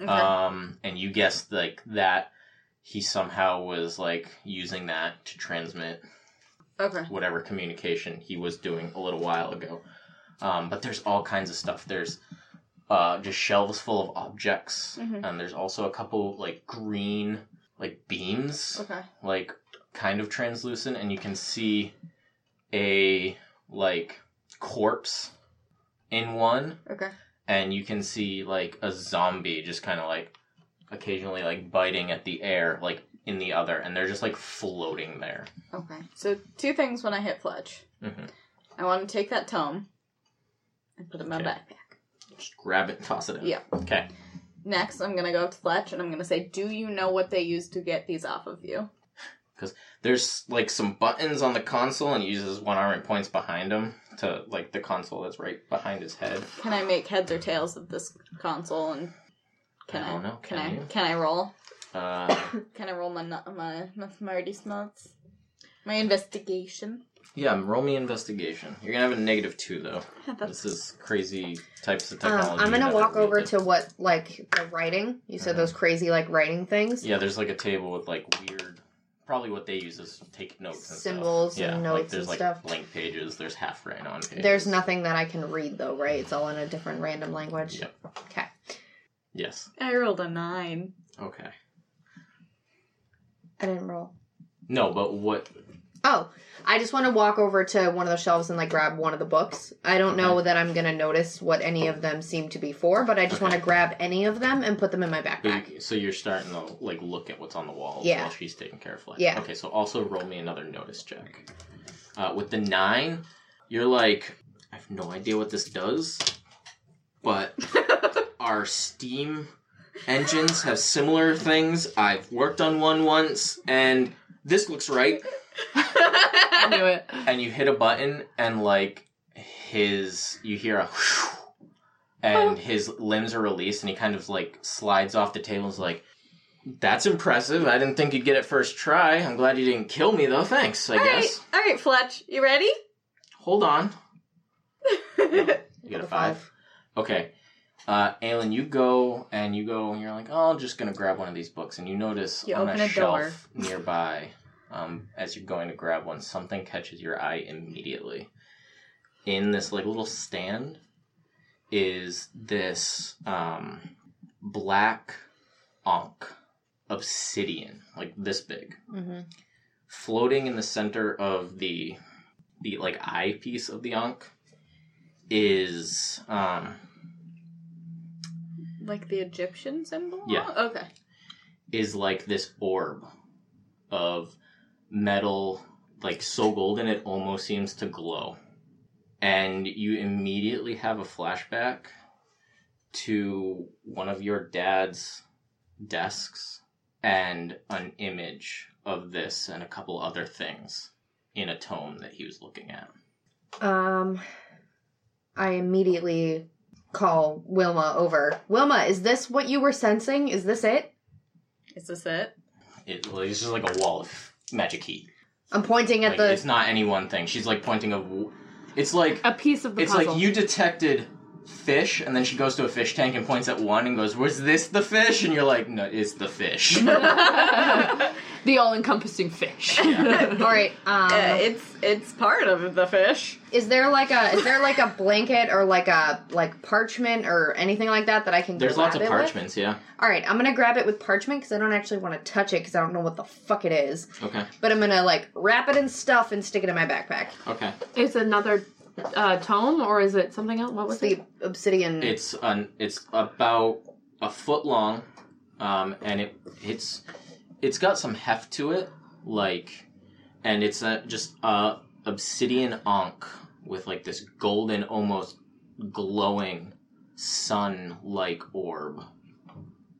S5: Okay.
S1: Um and you guessed like that he somehow was like using that to transmit
S5: okay.
S1: whatever communication he was doing a little while ago. Um, but there's all kinds of stuff. There's uh, just shelves full of objects,
S5: Mhm.
S1: and there's also a couple like green like beams,
S5: Okay.
S1: like kind of translucent, and you can see a like corpse in one,
S5: Okay.
S1: and you can see like a zombie just kind of like occasionally like biting at the air, like in the other, and they're just like floating there.
S5: Okay. So, two things when I hit Fletch.
S1: hmm
S5: I want to take that tome and put it in my
S1: Okay.
S5: backpack.
S1: Just grab it and toss it in.
S5: Yeah.
S1: Okay.
S5: Next, I'm going to go up to Fletch and I'm going to say, Do you know what they use to get these off of you?
S1: There's like some buttons on the console, and he uses one arm and points behind him to like the console that's right behind his head.
S5: Can I make heads or tails of this console? And can
S1: I
S5: I?
S1: don't know. Can
S5: Can, I?
S1: you?
S5: Can I roll?
S1: Uh,
S5: Can I roll my nu- my my smarty smarts? My investigation.
S1: yeah, roll me investigation. You're gonna have a negative two though.
S5: That's
S1: This is crazy types of technology.
S3: Um, I'm gonna
S1: that
S3: walk
S1: we
S3: over
S1: did.
S3: to what like the writing. You said
S1: Uh-huh.
S3: those crazy like writing things,
S1: Yeah, there's like a table with like weird, probably what they use is take notes and
S3: symbols
S1: Stuff.
S3: and
S1: Yeah,
S3: notes
S1: like there's
S3: and
S1: like
S3: stuff.
S1: blank pages. There's half ran on pages.
S3: There's nothing that I can read though, right? It's all in a different random language.
S1: Yep.
S3: Okay.
S1: Yes.
S5: I rolled a nine.
S1: Okay.
S3: I didn't roll.
S1: No, but what?
S3: Oh, I just want to walk over to one of the shelves and like grab one of the books. I don't know that I'm gonna notice what any of them seem to be for, but I just want to grab any of them and put them in my backpack.
S1: But you, so you're starting to like look at what's on the wall
S3: Yeah.
S1: while she's taking care of Fleck.
S3: Yeah.
S1: Okay, so also roll me another notice check. Uh, with the nine, you're like, I have no idea what this does, but our steam engines have similar things. I've worked on one once, and this looks right.
S4: I knew it.
S1: and you hit a button and like his you hear a whew, and his limbs are released and he kind of like slides off the table and is like that's impressive i didn't think you'd get it first try i'm glad you didn't kill me though thanks i
S5: All right,
S1: guess
S5: all right, Fletch, you ready?
S1: hold on No, you get
S3: Rolled
S1: a
S3: a
S1: five.
S3: five.
S1: okay uh alan you go and you go and you're like oh i'm just gonna grab one of these books and you notice
S5: You
S1: on
S5: open
S1: a,
S5: a
S1: shelf
S5: door.
S1: nearby um as you're going to grab one something catches your eye immediately in this like little stand is this um black onk obsidian like this big
S3: Mhm.
S1: floating in the center of the the like eye piece of the onk is um
S5: Like the Egyptian symbol?
S1: Yeah.
S5: Okay.
S1: is like this orb of metal like so golden it almost seems to glow and you immediately have a flashback to one of your dad's desks and an image of this and a couple other things in a tome that he was looking at
S3: Um, I immediately call Wilma over. Wilma, is this what you were sensing? Is this it?
S5: Is this it?
S1: it, well, it's just like a wall of magic heat
S3: I'm pointing at
S1: like,
S3: the.
S1: it's not any one thing she's like pointing a w- it's like
S4: A piece of the
S1: it's
S4: puzzle.
S1: like you detected fish, and then she goes to a fish tank and points at one and goes, "Was this the fish?" And you're like, "No, it's the fish."
S4: the all-encompassing fish.
S3: All right. Um,
S5: Uh, it's it's part of the fish.
S3: is there like a is there like a blanket or like a like parchment or anything like that that I can?
S1: There's lots of
S3: grab it with?
S1: parchments, yeah.
S3: All right, I'm gonna grab it with parchment because I don't actually want to touch it because I don't know what the fuck it is.
S1: Okay,
S3: But I'm gonna like wrap it in stuff and stick it in my backpack.
S1: okay.
S4: it's another uh, tome, or is it something else? What was
S3: It's the
S4: it?
S3: obsidian.
S1: It's an it's about a foot long, um, and it it's it's got some heft to it, like, and it's a, just a obsidian onk with like this golden, almost glowing sun like orb,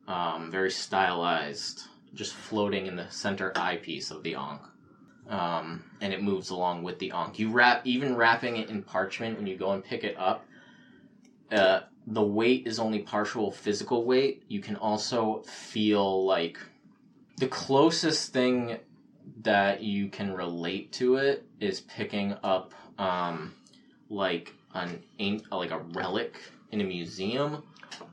S1: um, very stylized, just floating in the center eyepiece of the onk. Um, and it moves along with the onk. You wrap even wrapping it in parchment when you go and pick it up uh, the weight is only partial physical weight. You can also feel like the closest thing that you can relate to it is picking up um, like an an- like a relic in a museum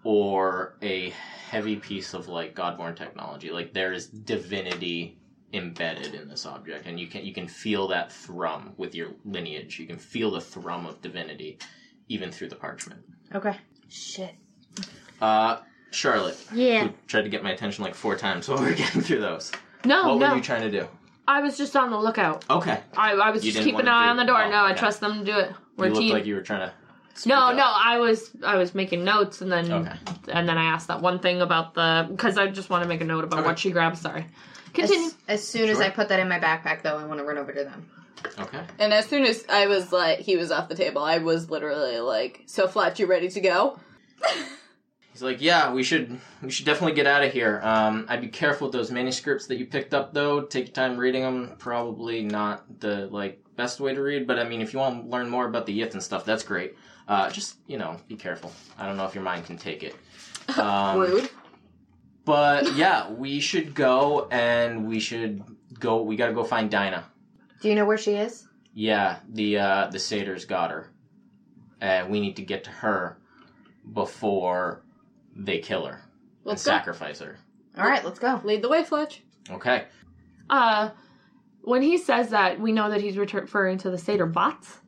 S1: or a heavy piece of like godborn technology. Like there is divinity embedded in this object and you can you can feel that thrum with your lineage. You can feel the thrum of divinity even through the parchment.
S3: okay. Shit.
S1: Uh, Charlotte,
S2: Yeah.
S1: who tried to get my attention like four times while we were getting through those.
S4: No,
S1: what
S4: Oh, no.
S1: were you trying to do?
S4: I was just on the lookout.
S1: Okay.
S4: I, I was
S1: You
S4: just
S1: didn't
S4: keeping an
S1: wanna
S4: eye
S1: do-
S4: on the door.
S1: oh,
S4: no, I
S1: okay.
S4: trust them to do it. We're
S1: you
S4: team.
S1: looked like you were trying to. speak
S4: no,
S1: up.
S4: no, I was I was making notes and then
S1: Okay.
S4: and then I asked that one thing about the because I just want to make a note about
S1: Okay.
S4: what she grabbed. Sorry, continue.
S3: As, as soon as
S1: Sure.
S3: I put that in my backpack, though, I want to run over to them.
S1: Okay.
S5: And as soon as I was like, he was off the table. I was literally like, "So Fletch, you ready to go?"
S1: He's like, yeah, we should, we should definitely get out of here. Um, I'd be careful with those manuscripts that you picked up, though. Take your time reading them. Probably not the like best way to read, but I mean, if you want to learn more about the Yith and stuff, that's great. Uh, just you know, be careful. I don't know if your mind can take it. Um,
S5: Rude.
S1: But yeah, we should go and we should go. We gotta go find Dinah.
S3: Do you know where she is?
S1: Yeah, the uh, the satyrs got her, and we need to get to her before they kill her
S5: Let's
S1: and
S5: go.
S1: sacrifice her.
S3: All right, let's go.
S5: Lead the way, Fletch.
S1: Okay.
S4: Uh, when he says that, we know that he's retur- referring to the satyr bots,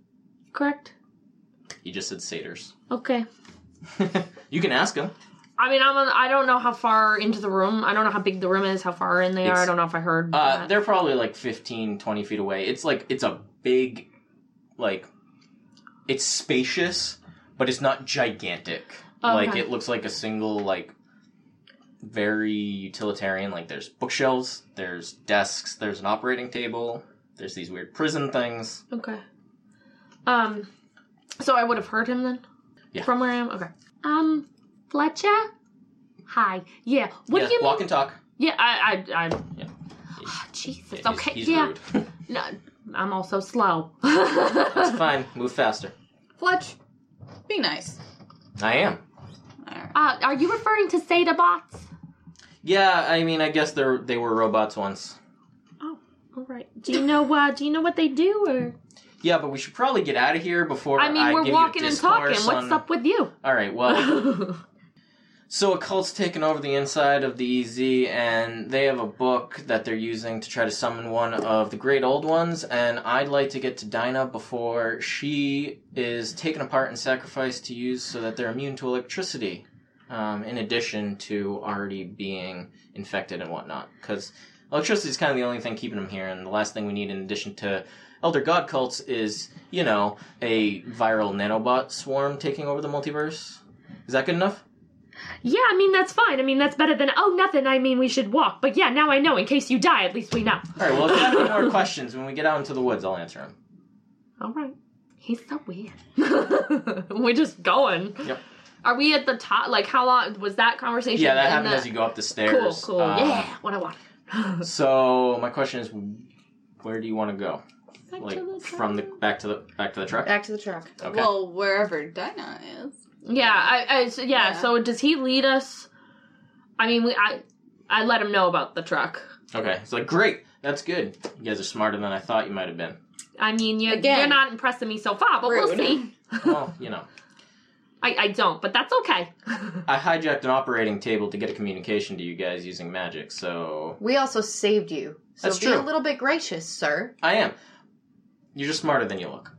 S4: correct?
S1: You just said satyrs.
S4: Okay.
S1: you can ask them.
S4: I mean, I'm on, I don't know how far into the room. I don't know how big the room is, how far in they are. I
S1: It's-
S4: don't know if I heard.
S1: Uh,
S4: that.
S1: they're probably like 15, 20 feet away. It's like, it's a big, like, it's spacious, but it's not gigantic. Like,
S4: Oh, Okay.
S1: it looks like a single, like, very utilitarian. Like, there's bookshelves, there's desks, there's an operating table, there's these weird prison things.
S4: Okay. Um, so I would have heard him then?
S1: Yeah.
S4: From where I am? Okay. Um, Fletcher? Hi. Yeah. What
S1: yeah,
S4: do you
S1: walk
S4: mean?
S1: and talk.
S4: Yeah, I, I, I.
S1: Yeah.
S4: Ah, Jesus.
S1: Yeah, he's-
S4: okay.
S1: he's
S4: yeah.
S1: rude.
S4: No, I'm also slow.
S1: That's fine. Move faster.
S5: Fletch, be nice.
S1: I am.
S5: Alright.
S4: Uh, are you referring to Seda bots?
S1: Yeah, I mean, I guess they're, they were robots once.
S4: All right. Do you know? Uh, do you know what they do? Or
S1: Yeah, but we should probably get out of here before
S4: I mean, we're
S1: give
S4: walking
S1: you
S4: and talking.
S1: discourse
S4: What's
S1: on-
S4: up with you?
S1: All right, well, so a cult's taken over the inside of the EZ, and they have a book that they're using to try to summon one of the great old ones. And I'd like to get to Dinah before she is taken apart and sacrificed to use so that they're immune to electricity, um, in addition to already being infected and whatnot. Because electricity is kind of the only thing keeping them here, and the last thing we need, in addition to elder god cults, is you know a viral nanobot swarm taking over the multiverse. Is that good enough?
S4: yeah, I mean that's fine. I mean that's better than oh nothing. I mean we should walk. But yeah, now I know. In case you die, at least we know.
S1: All right. Well, if you have any more questions when we get out into the woods, I'll answer them.
S4: All right. He's so weird. We're just going.
S1: Yep.
S4: Are we at the top? Like, how long was that conversation?
S1: Yeah, that
S4: in
S1: happened
S4: the-
S1: as you go up the
S4: Cool,
S1: stairs.
S4: cool.
S1: Um,
S4: yeah, what I want.
S1: So my question is, where do you want to go?
S4: Back to
S1: Like
S4: the
S1: from the back to the back to the truck?
S3: Back to the truck.
S1: Okay.
S5: Well, wherever Dinah is.
S4: Yeah, I, I so, yeah,
S5: Yeah.
S4: So does he lead us? I mean, we I I let him know about the truck.
S1: okay. It's like great. That's good. You guys are smarter than I thought you might have been.
S4: I mean, you
S5: Again.
S4: you're not impressing me so far, but we'll
S5: Rude.
S4: see.
S1: well, you know,
S4: I, I don't, but that's okay.
S1: I hijacked an operating table to get a communication to you guys using magic. So
S3: We also saved you. So
S1: That's
S3: be
S1: true.
S3: a little bit gracious, sir.
S1: I am. You're just smarter than you look.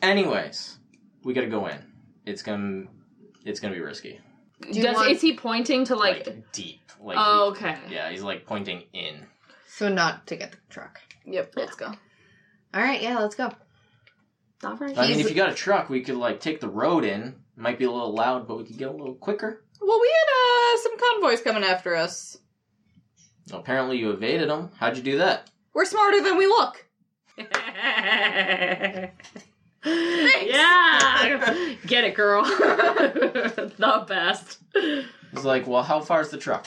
S1: Anyways, we gotta go in. It's gonna, it's gonna be risky.
S3: Do you
S4: Does,
S3: want-
S4: is he pointing to like?
S1: Like, deep. Like
S4: oh, okay.
S1: yeah, he's like pointing in.
S3: So not to get the truck.
S5: Yep, let's go.
S3: All right, yeah, let's go.
S4: All right.
S1: I mean,
S3: He's-
S1: if you got a truck, we could like take the road in. Might be a little loud, but we could get a little quicker.
S5: Well, we had uh, some convoys coming after us.
S1: Apparently, you evaded them. How'd you do that?
S5: We're smarter than we look.
S4: yeah, get it, girl. the best.
S1: He's like, well, how far is the truck?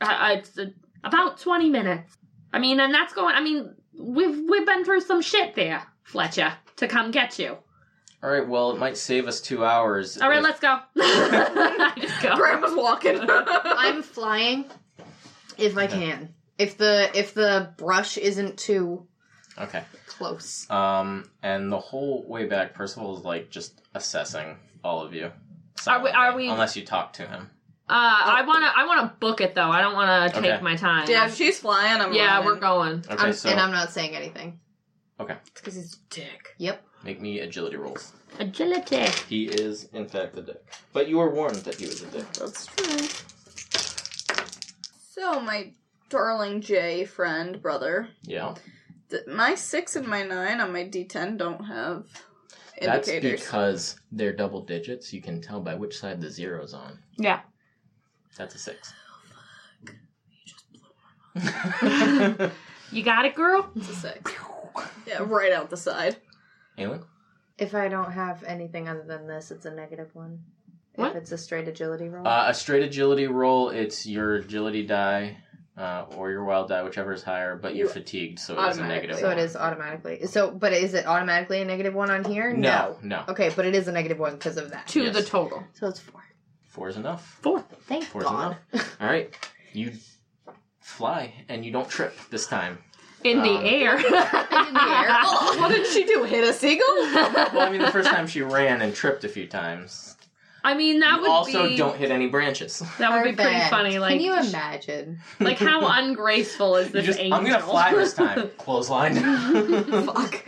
S4: Uh, it's uh, about 20 minutes. I mean, and that's going, I mean, we've we've been through some shit there, Fletcher, to come get you.
S1: All right, well, it might save us two hours.
S4: All right,
S1: if-
S4: let's go. I just go.
S5: Grandma's walking.
S3: I'm flying if I can. If the if the brush isn't too
S1: Okay.
S3: close.
S1: Um, and the whole way back, Percival is like just assessing all of you.
S4: Are we- are we-
S1: Unless you talk to him.
S4: Uh, I wanna I wanna book it though. I don't wanna take
S1: Okay.
S4: my time.
S5: yeah, if she's flying. I'm
S4: Yeah,
S5: running.
S4: we're going.
S1: Okay,
S3: I'm-
S1: so
S3: and I'm not saying anything.
S5: It's because he's a dick.
S3: Yep.
S1: make me agility rolls.
S4: Agility.
S1: He is in fact a dick, but you were warned that he was a dick.
S5: That's true. So, my darling Jay friend, brother,
S1: Yeah,
S5: th- my six and my nine on my D10 don't have
S1: that's
S5: indicators.
S1: because they're double digits. You can tell by which side the zero's on.
S4: Yeah.
S1: That's a six.
S4: You got it, girl?
S5: It's a six. yeah, right out the side.
S1: Aelin?
S3: If I don't have anything other than this, it's a negative one.
S4: What?
S3: If it's a straight agility roll.
S1: Uh, a straight agility roll, it's your agility die. Uh, uh, or your wild die, whichever is higher, but you're
S5: You-
S1: fatigued, so it is a
S5: automatically.
S1: negative
S3: So
S1: one.
S3: it is automatically. So, but is it automatically a negative one on here?
S1: No, no.
S3: Okay, but it is a negative one because of that.
S4: to
S1: Yes.
S4: the total.
S3: So it's four.
S1: Four is enough.
S4: Four.
S3: Thank
S1: Four
S3: God.
S1: is enough. All right. You fly, and you don't trip this time.
S4: In the
S1: Um,
S4: air.
S5: In the air. Oh, what did she do? Hit a seagull?
S1: Well, I mean, the first time she ran and tripped a few times.
S4: I mean, that
S1: you
S4: would
S1: also
S4: be
S1: don't hit any branches.
S4: that would be pretty
S3: Perfect.
S4: funny. Like,
S3: can you imagine?
S4: like how ungraceful is
S1: You
S4: this
S1: just,
S4: angel?
S1: I'm gonna fly this time. Clothesline.
S5: Fuck.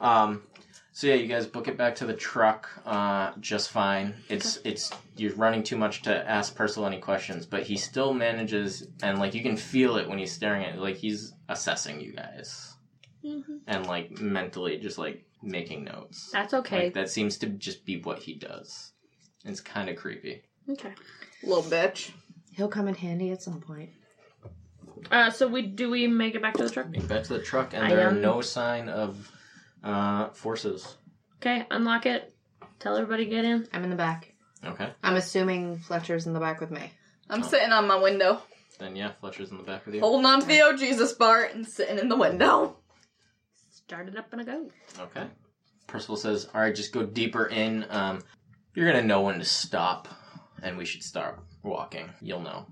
S1: Um, so yeah, you guys book it back to the truck uh, just fine. It's it's you're running too much to ask Percival any questions, but he still manages, and like you can feel it when he's staring at, like he's assessing you guys,
S4: Mm-hmm.
S1: and like mentally just like making notes.
S4: That's okay.
S1: Like that seems to just be what he does. It's kind of creepy.
S5: Okay. Little bitch.
S3: He'll come in handy at some point.
S4: Uh, so we do we make it back to the truck?
S1: Back to the truck, and
S4: I,
S1: there are
S4: um,
S1: no sign of uh, forces.
S4: Okay, unlock it. Tell everybody get in.
S3: I'm in the back.
S1: Okay,
S3: I'm assuming Fletcher's in the back with me.
S5: I'm sitting on my window,
S1: then yeah, Fletcher's in the back with you.
S5: holding on to the oh Jesus bar and sitting in the window.
S4: Start it up and a go.
S1: Okay. Percival says, "All right, just go deeper in. Um, you're gonna know when to stop, and we should start walking. You'll know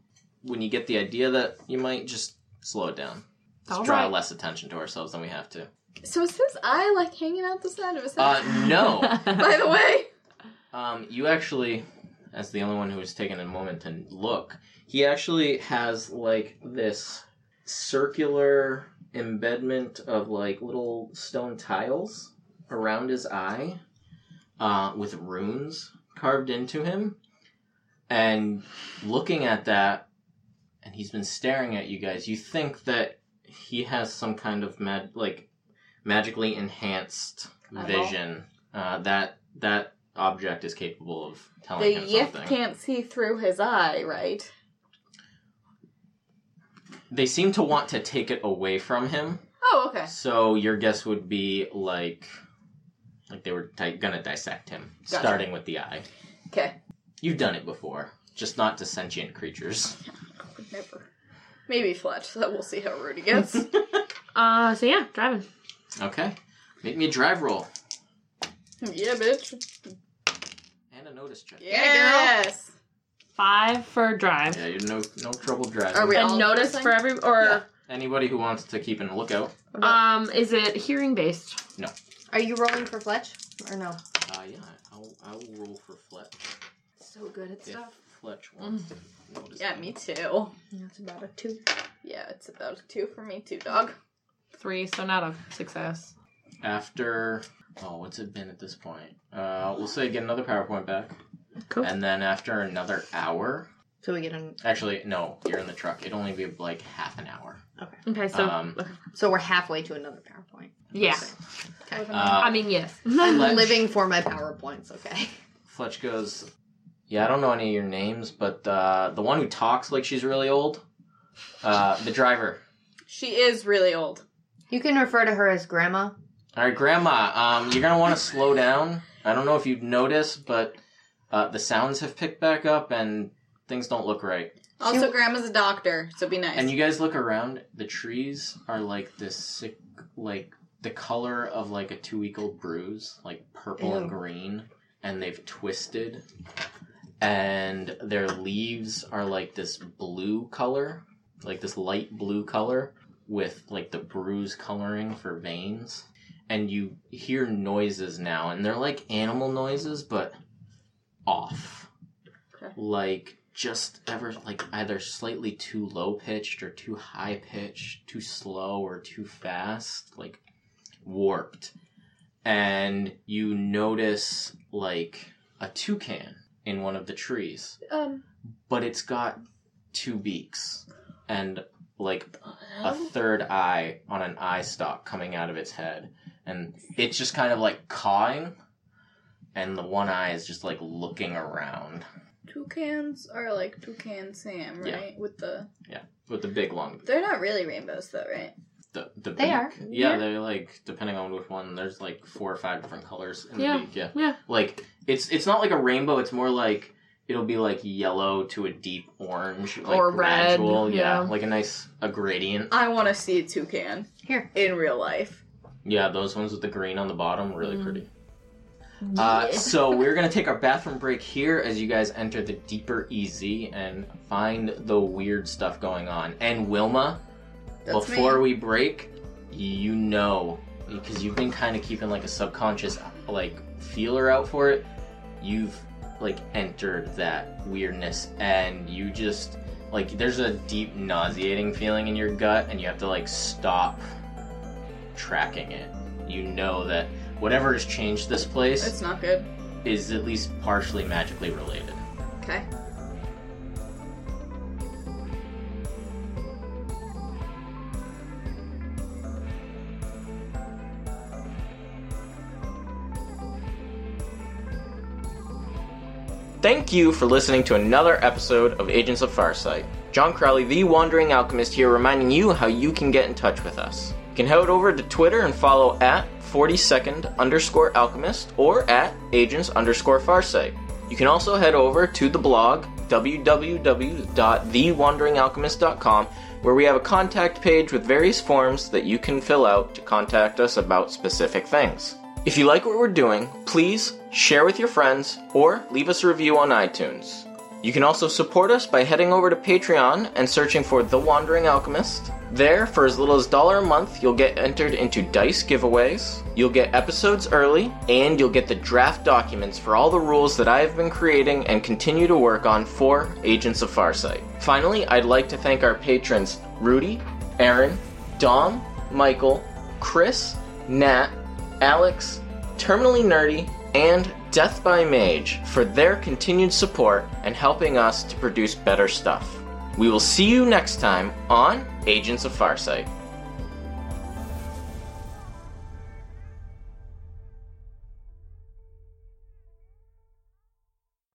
S1: when you get the idea that you might just slow it down. Just
S4: All
S1: draw
S4: right.
S1: less attention to ourselves than we have to.
S5: So is his eye like hanging out the side of his head?
S1: Uh, no.
S5: By the way,
S1: um, you actually, as the only one who has taken a moment to look, he actually has like this circular embedment of like little stone tiles around his eye uh, with runes carved into him. And looking at that, and he's been staring at you guys, you think that he has some kind of mag- like magically enhanced
S5: Eyeball?
S1: vision uh, that that object is capable of telling
S5: the
S1: him
S5: yip
S1: something.
S5: can't see through his eye, right?
S1: They seem to want to take it away from him.
S5: Oh, okay.
S1: So your guess would be like, like they were di- gonna dissect him,
S5: Gotcha.
S1: starting with the eye.
S5: Okay.
S1: You've done it before, just not to sentient creatures.
S5: Never. Maybe Fletch. So we'll see how rude he gets.
S4: Uh, so yeah, driving.
S1: Okay, make me a drive roll
S5: yeah, bitch.
S1: and a notice check.
S5: Yes.
S4: Five for drive.
S1: Yeah, you're no no trouble driving.
S5: Are we all
S4: And notice
S5: driving?
S4: for every or
S1: Anybody who wants to keep a lookout,
S4: um, is it hearing based?
S3: Are you rolling for Fletch or no?
S1: uh, yeah, I'll, I'll roll for Fletch
S3: So good at
S1: if Fletch wants to notice.
S5: Mm. Yeah, me too.
S3: That's about a two.
S5: Yeah, it's about a two for me too, dog.
S4: Three, so not a success.
S1: After, oh, what's it been at this point? Uh, we'll say get another PowerPoint back,
S4: Cool.
S1: and then after another hour,
S3: So we get an.
S1: Actually, no, you're in the truck. It'd only be like half an hour.
S4: Okay, so
S1: Um,
S3: So we're halfway to another PowerPoint.
S4: yeah. I
S1: Uh,
S4: mean, yes.
S3: I'm
S1: Fletch-
S3: living for my PowerPoints, okay?
S1: Fletch goes, Yeah, I don't know any of your names, but uh, the one who talks like she's really old, uh, the driver.
S5: She is really old.
S3: You can refer to her as Grandma.
S1: All right, Grandma, um, you're going to want to slow down. I don't know if you've noticed, but uh, the sounds have picked back up and things don't look right.
S5: Also, Grandma's a doctor, so be nice.
S1: And you guys look around, the trees are like this sick, like the color of like a two week old bruise, like purple and
S3: Ew.
S1: green, and they've twisted. And their leaves are like this blue color, like this light blue color, with like the bruise coloring for veins. And you hear noises now, and they're like animal noises, but off like just ever like either slightly too low pitched or too high pitched, too slow or too fast, like warped. And you notice like a toucan in one of the trees,
S5: um,
S1: but it's got two beaks and like a
S5: Oh.
S1: third eye on an eye stalk coming out of its head. And it's just kind of like cawing, and the one eye is just like looking around
S5: toucans are like toucan Sam,
S1: Yeah.
S5: right? With the
S1: with the big long
S5: they're not really rainbows though, right?
S1: The, the
S3: They
S1: beak.
S3: are.
S1: Yeah,
S4: Yeah.
S1: they're like depending on which one. There's like four or five different colors in
S4: Yeah.
S1: the beak. Yeah,
S4: Yeah.
S1: Like it's it's not like a rainbow. It's more like it'll be like yellow to a deep orange, like
S4: Or red,
S1: gradual, yeah,
S4: yeah.
S1: like a nice a gradient.
S5: I want to see a toucan
S3: Here.
S5: in real life.
S1: Yeah, those ones with the green on the bottom, really pretty. Uh, so we're gonna take our bathroom break here as you guys enter the deeper easy and find the weird stuff going on. And Wilma,
S5: That's
S1: before
S5: me.
S1: we break, you know because you've been kind of keeping like a subconscious like feeler out for it. You've like entered that weirdness and you just like there's a deep nauseating feeling in your gut and you have to like stop tracking it. You know that whatever has changed this place
S5: It's not good.
S1: is at least partially magically related.
S5: Okay.
S1: Thank you for listening to another episode of Agents of Farsight. John Crowley, the Wandering Alchemist, here reminding you how you can get in touch with us. You can head over to Twitter and follow at 42nd underscore alchemist or at agents underscore farsight. You can also head over to the blog www.thewanderingalchemist.com where we have a contact page with various forms that you can fill out to contact us about specific things. If you like what we're doing, please share with your friends or leave us a review on iTunes. You can also support us by heading over to Patreon and searching for The Wandering Alchemist. There, for as little as dollar a month, you'll get entered into dice giveaways, you'll get episodes early, and you'll get the draft documents for all the rules that I have been creating and continue to work on for Agents of Farsight. Finally, I'd like to thank our patrons Rudy, Aaron, Dom, Michael, Chris, Nat, Alex, Terminally Nerdy, and Death by Mage for their continued support and helping us to produce better stuff. We will see you next time on Agents of Farsight.